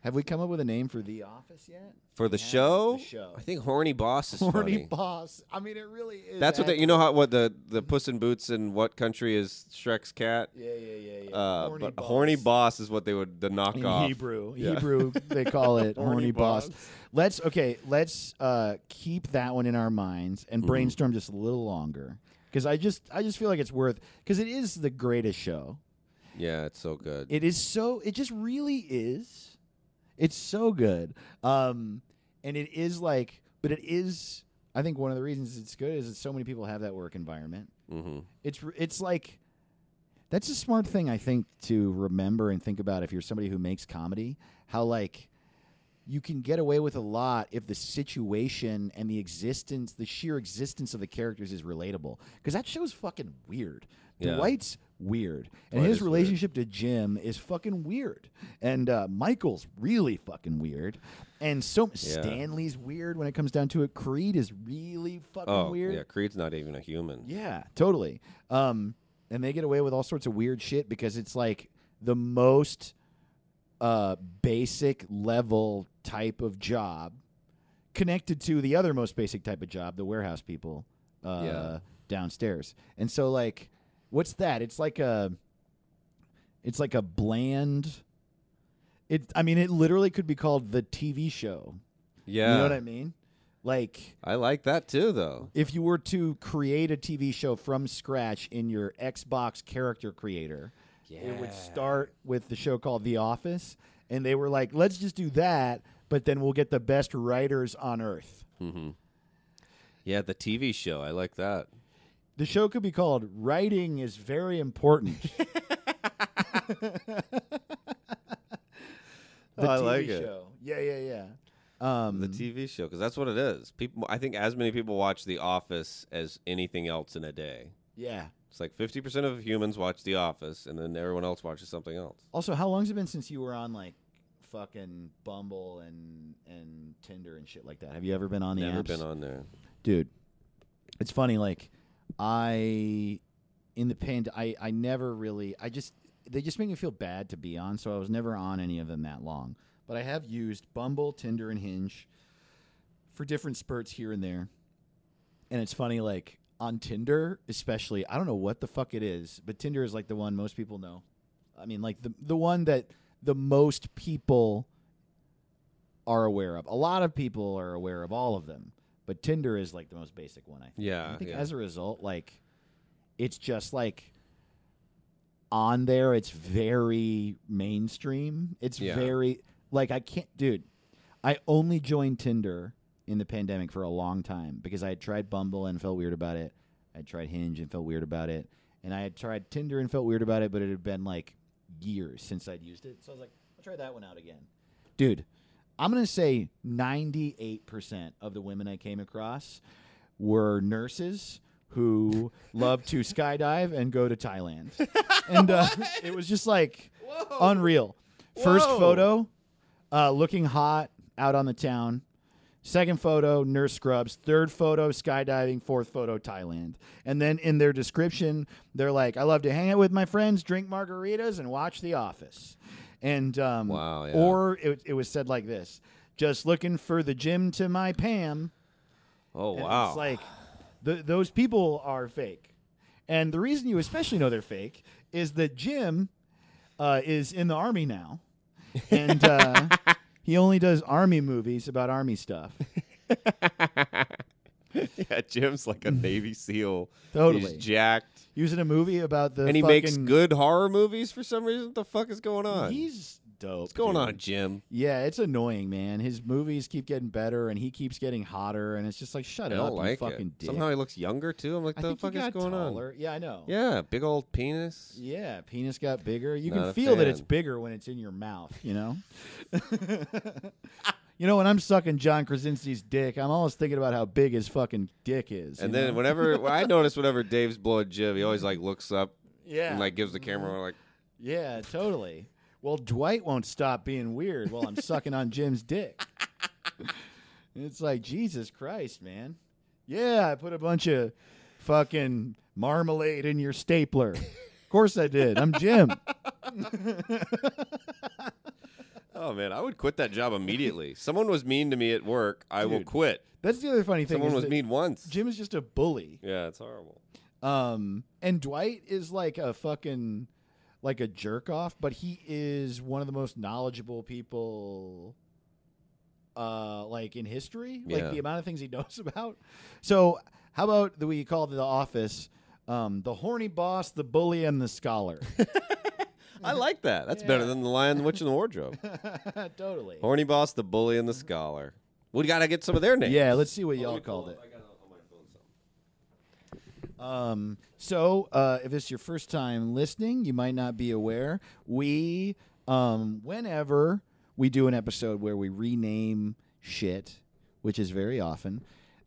Speaker 2: have we come up with a name for the office yet?
Speaker 3: for the
Speaker 2: Yeah,
Speaker 3: show.
Speaker 2: the show.
Speaker 3: I think horny boss is
Speaker 2: Horny
Speaker 3: funny.
Speaker 2: boss. I mean, it really is.
Speaker 3: That's what they, you know how what the the Puss in Boots in what country is Shrek's cat?
Speaker 2: Yeah, yeah, yeah, yeah.
Speaker 3: Uh, but horny boss is what they would the
Speaker 2: in
Speaker 3: knockoff.
Speaker 2: Hebrew.
Speaker 3: Yeah.
Speaker 2: Hebrew, they call it *laughs*
Speaker 3: Horny
Speaker 2: horny boss.
Speaker 3: boss.
Speaker 2: Let's okay. Let's uh, keep that one in our minds
Speaker 3: Mm-hmm.
Speaker 2: and brainstorm just a little longer because I just I just feel like it's worth because it is the greatest show.
Speaker 3: Yeah, it's so good.
Speaker 2: It is so. It just really is. It's so good. Um, and it is like, but it is. I think one of the reasons it's good is that so many people have that work environment.
Speaker 3: mm-hmm.
Speaker 2: It's r- it's like that's a smart thing I think to remember and think about if you're somebody who makes comedy. How like you can get away with a lot if the situation and the existence, the sheer existence of the characters is relatable. Because that show's fucking weird.
Speaker 3: Yeah.
Speaker 2: Dwight's weird, and
Speaker 3: Dwight
Speaker 2: his
Speaker 3: is weird.
Speaker 2: relationship to Jim is fucking weird, and uh, Michael's really fucking weird, and so Stanley's weird when it comes down to it. Creed is really fucking
Speaker 3: Oh,
Speaker 2: weird.
Speaker 3: yeah. Creed's not even a human.
Speaker 2: Yeah, totally. Um, and they get away with all sorts of weird shit because it's like the most uh, basic level type of job connected to the other most basic type of job, the warehouse people uh,
Speaker 3: Yeah.
Speaker 2: downstairs. And so, like, what's that? It's like a, it's like a bland. It. I mean, it literally could be called the TV show.
Speaker 3: Yeah.
Speaker 2: You know what I mean? Like,
Speaker 3: I like that too, though.
Speaker 2: if you were to create a TV show from scratch in your Xbox character creator, it would start with the show called The Office, and they were like, "Let's just do that," but then we'll get the best writers on earth.
Speaker 3: Yeah, the TV show. I like that.
Speaker 2: The show could be called "Writing is Very
Speaker 3: *laughs*
Speaker 2: Important." the
Speaker 3: I
Speaker 2: TV
Speaker 3: like it.
Speaker 2: show. Yeah, yeah, yeah. Um,
Speaker 3: The TV show, because that's what it is. People, I think, as many people watch The Office as anything else in a day.
Speaker 2: yeah.
Speaker 3: It's like fifty percent of humans watch The Office, and then everyone else watches something else.
Speaker 2: Also, how long's it been since you were on like fucking Bumble and and Tinder and shit like that? Have you ever been on the
Speaker 3: Never
Speaker 2: apps?
Speaker 3: been on there.
Speaker 2: Dude, it's funny. Like, I in the pand, I I never really. I just they just make me feel bad to be on, so I was never on any of them that long. But I have used Bumble, Tinder, and Hinge for different spurts here and there. And it's funny, like on Tinder, especially, I don't know what the fuck it is, but Tinder is like the one most people know. I mean, like the the one that the most people are aware of. A lot of people are aware of all of them, but Tinder is like the most basic one. I think.
Speaker 3: Yeah,
Speaker 2: I think
Speaker 3: yeah.
Speaker 2: as a result, like it's just like on there. It's very mainstream. It's
Speaker 3: Yeah.
Speaker 2: very like I can't, dude. I only joined Tinder in the pandemic for a long time because I had tried Bumble and felt weird about it. I had tried Hinge and felt weird about it. And I had tried Tinder and felt weird about it, but it had been like years since I'd used it. So I was like, I'll try that one out again. Dude, I'm going to say 98% of the women I came across were nurses who *laughs* love to skydive and go to Thailand. and uh, it was just like unreal. First
Speaker 3: Whoa.
Speaker 2: photo, uh, looking hot out on the town. Second photo, nurse scrubs. Third photo, skydiving. Fourth photo, Thailand. And then in their description, they're like, I love to hang out with my friends, drink margaritas, and watch The Office. And, um,
Speaker 3: Wow, yeah.
Speaker 2: or it, it was said like this just looking for the gym to my Pam.
Speaker 3: Oh
Speaker 2: And
Speaker 3: wow!
Speaker 2: It's like th- those people are fake. And the reason you especially know they're fake is that Jim uh, is in the army now. And
Speaker 3: *laughs*
Speaker 2: uh, he only does army movies about army stuff.
Speaker 3: *laughs* yeah, Jim's like a Navy SEAL.
Speaker 2: Totally.
Speaker 3: He's jacked,
Speaker 2: He was in a movie about the
Speaker 3: and he
Speaker 2: fucking,
Speaker 3: makes good horror movies for some reason. What the fuck is going on?
Speaker 2: He's dope.
Speaker 3: What's going
Speaker 2: dude.
Speaker 3: on, Jim?
Speaker 2: Yeah, it's annoying, man. His movies keep getting better, and he keeps getting hotter, and it's just like, shut
Speaker 3: I
Speaker 2: up,
Speaker 3: don't like
Speaker 2: you fucking
Speaker 3: it.
Speaker 2: dick.
Speaker 3: Somehow he looks younger too. I'm like,
Speaker 2: I
Speaker 3: the
Speaker 2: think
Speaker 3: fuck
Speaker 2: he
Speaker 3: is
Speaker 2: got
Speaker 3: going on?
Speaker 2: taller. Yeah, I know.
Speaker 3: Yeah, big old penis.
Speaker 2: Yeah, penis got bigger. You
Speaker 3: Not
Speaker 2: can
Speaker 3: a
Speaker 2: feel that it's
Speaker 3: fan.
Speaker 2: bigger when it's in your mouth, you know? *laughs* you know, when I'm sucking John Krasinski's dick, I'm always thinking about how big his fucking dick is.
Speaker 3: And
Speaker 2: you
Speaker 3: then
Speaker 2: know? *laughs*
Speaker 3: whenever well, I notice, whenever Dave's blowing Jim, he always like looks up
Speaker 2: yeah.
Speaker 3: and like gives the camera like,
Speaker 2: yeah, totally. Well, Dwight won't stop being weird while I'm sucking on Jim's dick. *laughs* it's like, Jesus Christ, man. Yeah, I put a bunch of fucking marmalade in your stapler. of course I did. I'm Jim.
Speaker 3: "Oh man, I would quit that
Speaker 2: *laughs*
Speaker 3: job immediately." Someone was mean to me at work. I will
Speaker 2: Dude.
Speaker 3: quit.
Speaker 2: That's the other funny thing.
Speaker 3: Someone
Speaker 2: is
Speaker 3: was
Speaker 2: that-
Speaker 3: mean once.
Speaker 2: Jim is just a bully.
Speaker 3: Yeah,
Speaker 2: *laughs*
Speaker 3: it's horrible.
Speaker 2: Um, and Dwight is like a fucking like a jerk off, but he is one of the most knowledgeable people uh like in history.
Speaker 3: Yeah.
Speaker 2: Like the amount of things he *laughs* knows about. So how about the we call the office um the horny boss, the bully, and the scholar. *laughs*
Speaker 3: I like that. That's better than the Lion, the Witch, and
Speaker 2: *laughs*
Speaker 3: the Wardrobe.
Speaker 2: totally.
Speaker 3: Horny boss, the bully, and the scholar. We gotta get some of their names.
Speaker 2: Yeah, let's see what y'all called it. Um, so, uh, if it's your first time listening, you might not be aware. We, um, whenever we do an episode where we rename shit, which is very often.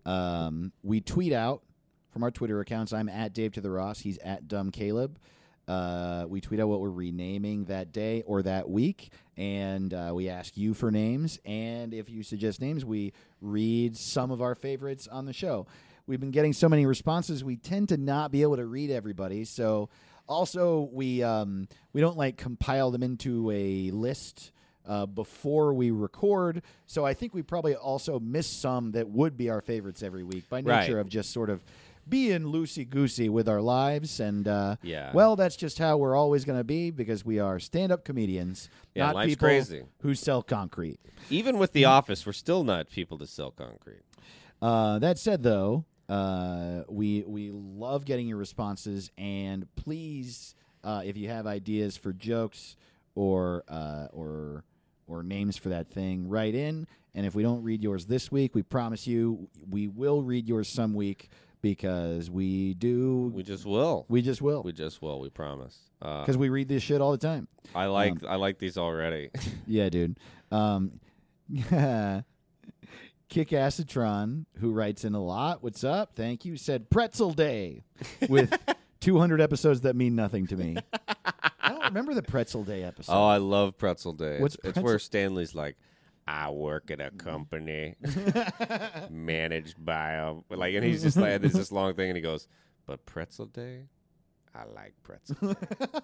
Speaker 2: Um, we tweet out from our Twitter accounts. I'm at Dave to the Ross. He's at Dumb Caleb. Uh, we tweet out what we're renaming that day or that week, and uh, we ask you for names. And if you suggest names, we read some of our favorites on the show. We've been getting so many responses, we tend to not be able to read everybody. So, also we um, we don't like compile them into a list uh, before we record. So I think we probably also miss some that would be our favorites every week by
Speaker 3: Right.
Speaker 2: nature of just sort of being loosey goosey with our lives. And uh,
Speaker 3: Yeah.
Speaker 2: well, that's just how we're always going to be because we are stand up comedians,
Speaker 3: Yeah,
Speaker 2: not
Speaker 3: life's
Speaker 2: people
Speaker 3: crazy.
Speaker 2: who sell concrete.
Speaker 3: Even with The Office, we're still not people to sell concrete.
Speaker 2: Uh, that said, though, uh, we we love getting your responses, and please, uh, if you have ideas for jokes or uh, or or names for that thing, write in. And if we don't read yours this week, we promise you we will read yours some week because we do.
Speaker 3: We just will.
Speaker 2: We just will
Speaker 3: We just will. We promise. Uh,
Speaker 2: because we read this shit all the time.
Speaker 3: I like I like these already. *laughs*
Speaker 2: Yeah, dude. Um, *laughs* Kick Acetron, who writes in a lot, what's up? Thank you. Said Pretzel Day
Speaker 3: *laughs*
Speaker 2: with 200 episodes that mean nothing to me. I don't remember the Pretzel Day episode.
Speaker 3: oh, I love Pretzel Day.
Speaker 2: What's
Speaker 3: it's, it's where
Speaker 2: pretzel-
Speaker 3: Stanley's like, I work at a
Speaker 2: *laughs*
Speaker 3: company managed by a like, and he's
Speaker 2: *laughs*
Speaker 3: just like, there's this long thing, and he goes, but Pretzel Day, I like Pretzel. Day."
Speaker 2: *laughs*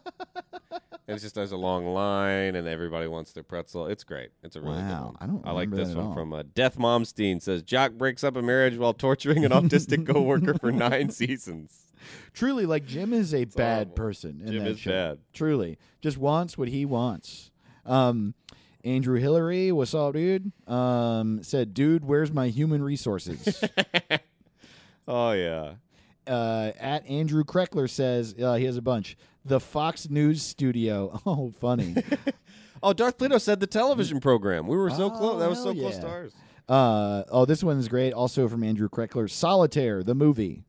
Speaker 3: and it's just there's a long line, and everybody wants their pretzel. It's great. It's a really
Speaker 2: Wow,
Speaker 3: good one.
Speaker 2: I don't
Speaker 3: I like
Speaker 2: remember
Speaker 3: this
Speaker 2: that at
Speaker 3: one
Speaker 2: all.
Speaker 3: from uh, Death Momstein says Jock breaks up a marriage while torturing
Speaker 2: *laughs*
Speaker 3: an autistic coworker for nine seasons.
Speaker 2: Truly, like Jim is a bad
Speaker 3: horrible.
Speaker 2: person. In
Speaker 3: Jim
Speaker 2: that
Speaker 3: is
Speaker 2: show.
Speaker 3: bad.
Speaker 2: Truly, just wants what he wants. Um, Andrew Hillary, what's up, dude? Um, said, dude, where's my human
Speaker 3: *laughs*
Speaker 2: resources?
Speaker 3: Oh yeah.
Speaker 2: uh, at Andrew Kreckler says uh, he has a bunch. The Fox News studio. *laughs* Oh, funny.
Speaker 3: Oh, Darth Pluto said the television program. We were so
Speaker 2: Oh,
Speaker 3: close. That was so
Speaker 2: hell
Speaker 3: close
Speaker 2: yeah.
Speaker 3: to ours.
Speaker 2: uh, oh, this one's great. Also from Andrew Kreckler. Solitaire, the movie.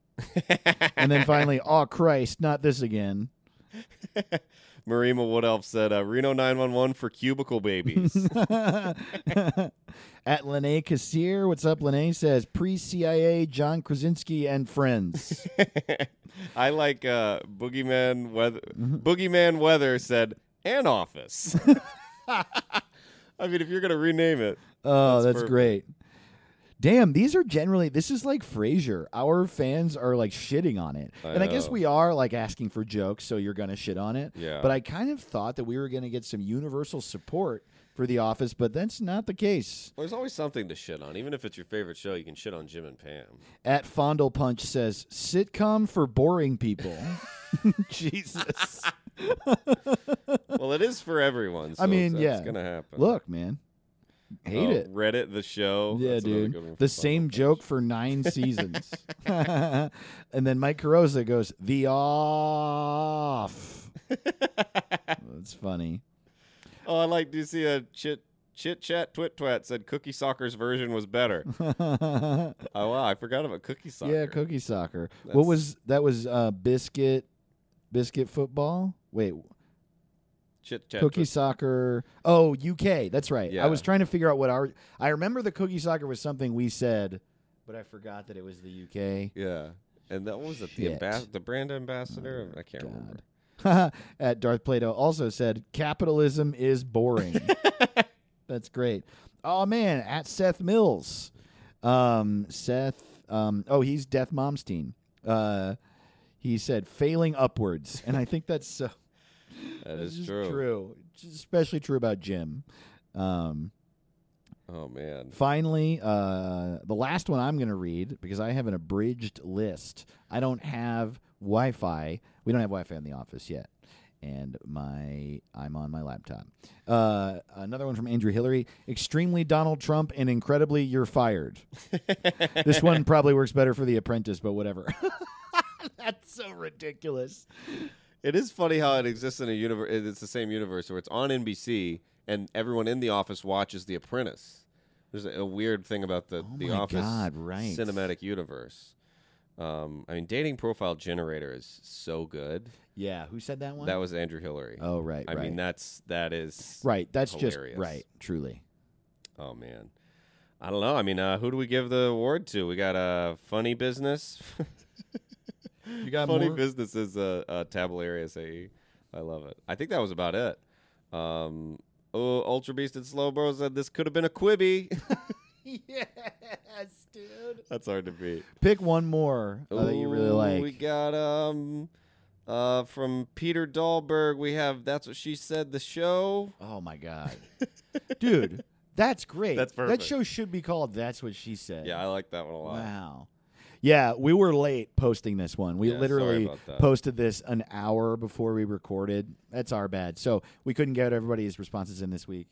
Speaker 2: and then finally, oh Christ, not this again.
Speaker 3: Marima Wood Elf said uh, Reno 911 for cubicle *laughs* babies.
Speaker 2: At Lene Kassir, what's up? Lene says pre CIA John Krasinski and friends.
Speaker 3: I like uh, Boogeyman Weather. Boogeyman Weather said an *laughs* office. I mean, if you're gonna rename it,
Speaker 2: Oh,
Speaker 3: That's
Speaker 2: that's,
Speaker 3: perfect.
Speaker 2: great. Damn, these are generally this is like Frasier. Our fans are like shitting on it.
Speaker 3: I
Speaker 2: and I guess
Speaker 3: know.
Speaker 2: we are like asking for jokes, so you're gonna shit on it.
Speaker 3: Yeah.
Speaker 2: But I kind of thought that we were gonna get some universal support for the office, but that's not the case.
Speaker 3: there's always something to shit on. Even if it's your favorite show, you can shit on Jim and Pam.
Speaker 2: At Fondle Punch says sitcom for boring
Speaker 3: *laughs*
Speaker 2: people. *laughs* Jesus.
Speaker 3: Well, it is for *laughs* everyone. So
Speaker 2: I mean,
Speaker 3: it's,
Speaker 2: yeah.
Speaker 3: it's gonna happen.
Speaker 2: Look, man. Hate
Speaker 3: Oh,
Speaker 2: it.
Speaker 3: Reddit the show.
Speaker 2: Yeah,
Speaker 3: That's another good
Speaker 2: dude.
Speaker 3: one from
Speaker 2: The
Speaker 3: Final
Speaker 2: same
Speaker 3: Fantasy.
Speaker 2: joke for nine
Speaker 3: *laughs*
Speaker 2: seasons. *laughs* and then Mike Carosa goes, The
Speaker 3: *laughs*
Speaker 2: off. That's funny. *laughs*
Speaker 3: Oh, I like. Do you see a chit chit chat twit twat said Cookie Soccer's version
Speaker 2: *laughs*
Speaker 3: was better. oh wow, I forgot about Cookie Soccer.
Speaker 2: Yeah, cookie soccer. What
Speaker 3: That's-
Speaker 2: was that was uh biscuit biscuit football? Wait,
Speaker 3: Chit chat.
Speaker 2: cookie soccer. Oh, UK. That's right. I
Speaker 3: Yeah.
Speaker 2: was trying to figure out what our I remember the cookie soccer was something we said, but I forgot that it was the UK.
Speaker 3: Yeah, and that what was it the
Speaker 2: Shit. Oh,
Speaker 3: ambas- the brand ambassador. I can't remember.
Speaker 2: *laughs* at Darth Plato also said, capitalism is
Speaker 3: *laughs*
Speaker 2: boring. That's great. Oh man, at Seth Mills. Um, Seth um, oh he's Death Momstein. Uh, he said failing upwards. And I think that's so
Speaker 3: That
Speaker 2: that's
Speaker 3: is
Speaker 2: just
Speaker 3: true.
Speaker 2: true. Just Especially true about Jim. Um,
Speaker 3: Oh man.
Speaker 2: finally, uh, the last one I'm going to read because I have an abridged list. I don't have Wi-Fi. We don't have Wi-Fi in the office yet, and my I'm on my laptop. Uh, another one from Andrew Hillary: extremely Donald Trump and incredibly you're
Speaker 3: *laughs*
Speaker 2: fired. this one probably works better for The Apprentice, but whatever. *laughs* That's so ridiculous.
Speaker 3: It is funny how it exists in a universe. It's the same universe where it's on NBC and everyone in the office watches The Apprentice. There's a, a weird thing about the
Speaker 2: Oh
Speaker 3: the
Speaker 2: my
Speaker 3: office
Speaker 2: God, right.
Speaker 3: cinematic universe. Um, I mean, dating profile generator is so good.
Speaker 2: Yeah, who said that one?
Speaker 3: That was Andrew Hillary.
Speaker 2: oh, right,
Speaker 3: I
Speaker 2: right,
Speaker 3: mean, that's that is
Speaker 2: right. That's
Speaker 3: hilarious.
Speaker 2: just right. Truly,
Speaker 3: Oh man, I don't know. I mean, uh, who do we give the award to? We got uh, funny business. *laughs*
Speaker 2: you got
Speaker 3: funny
Speaker 2: more.
Speaker 3: business is a, a tabularious AE. I love it. I think that was about it. Um, oh, Ultra Beast and Slow Bro said this could have been a Quibi.
Speaker 2: yes, dude.
Speaker 3: *laughs* that's hard to beat.
Speaker 2: Pick one more uh, that you really
Speaker 3: Ooh,
Speaker 2: like.
Speaker 3: We got um, uh, from Peter Dahlberg. We have that's what she said. The show.
Speaker 2: Oh my
Speaker 3: *laughs*
Speaker 2: god, dude, that's great.
Speaker 3: That's
Speaker 2: That
Speaker 3: perfect.
Speaker 2: show should be called "That's What She Said."
Speaker 3: Yeah, I like that one a lot.
Speaker 2: Wow. Yeah, we were late posting this one. We
Speaker 3: Yeah, sorry
Speaker 2: literally
Speaker 3: about that.
Speaker 2: posted this an hour before we recorded. That's our bad. So we couldn't get everybody's responses in this week.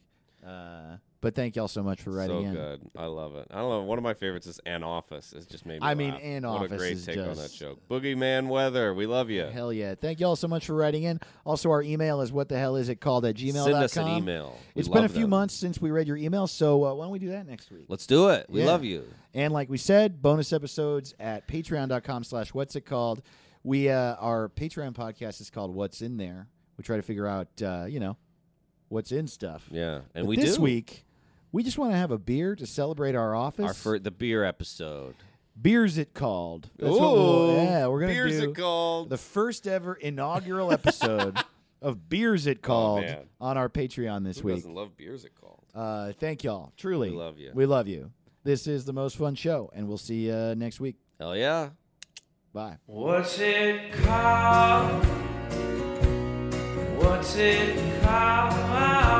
Speaker 2: Uh, but thank y'all so much for writing
Speaker 3: so
Speaker 2: in.
Speaker 3: good. I love it. I don't know. One of my favorites is An Office. It's just made me
Speaker 2: I mean,
Speaker 3: laugh.
Speaker 2: An
Speaker 3: what a
Speaker 2: Office
Speaker 3: great
Speaker 2: is
Speaker 3: take on that
Speaker 2: just-
Speaker 3: joke. Boogeyman weather. We love you.
Speaker 2: Hell yeah. Thank y'all so much for writing in. Also, our email is what the hell is it called at gmail.com.
Speaker 3: Send us an email. We
Speaker 2: It's been a
Speaker 3: love
Speaker 2: few
Speaker 3: them.
Speaker 2: months since we read your email, so uh, why don't we do that next week?
Speaker 4: Let's do it. We
Speaker 2: Yeah.
Speaker 4: love you.
Speaker 2: And like we said, bonus episodes at patreon.com slash what's it called. We uh, our Patreon podcast is called What's in There. We try to figure out uh, you know, what's in stuff.
Speaker 3: Yeah, and
Speaker 2: But
Speaker 3: we
Speaker 2: this
Speaker 3: do
Speaker 2: week we just want to have a beer to celebrate our office.
Speaker 4: Our for the beer episode.
Speaker 2: Beers it called. That's
Speaker 3: Ooh,
Speaker 2: what we'll, yeah, we're gonna
Speaker 3: beers
Speaker 2: do
Speaker 3: it called.
Speaker 2: the first ever inaugural
Speaker 3: *laughs*
Speaker 2: episode of Beers It Called
Speaker 3: Oh, man.
Speaker 2: on our Patreon this
Speaker 3: Who
Speaker 2: week.
Speaker 3: doesn't love beers it called?
Speaker 2: Uh, thank y'all. Truly.
Speaker 3: We love you.
Speaker 2: We love you. This is the most fun show, and we'll see you uh, next week.
Speaker 3: Hell yeah.
Speaker 2: Bye.
Speaker 1: What's it called? What's it called?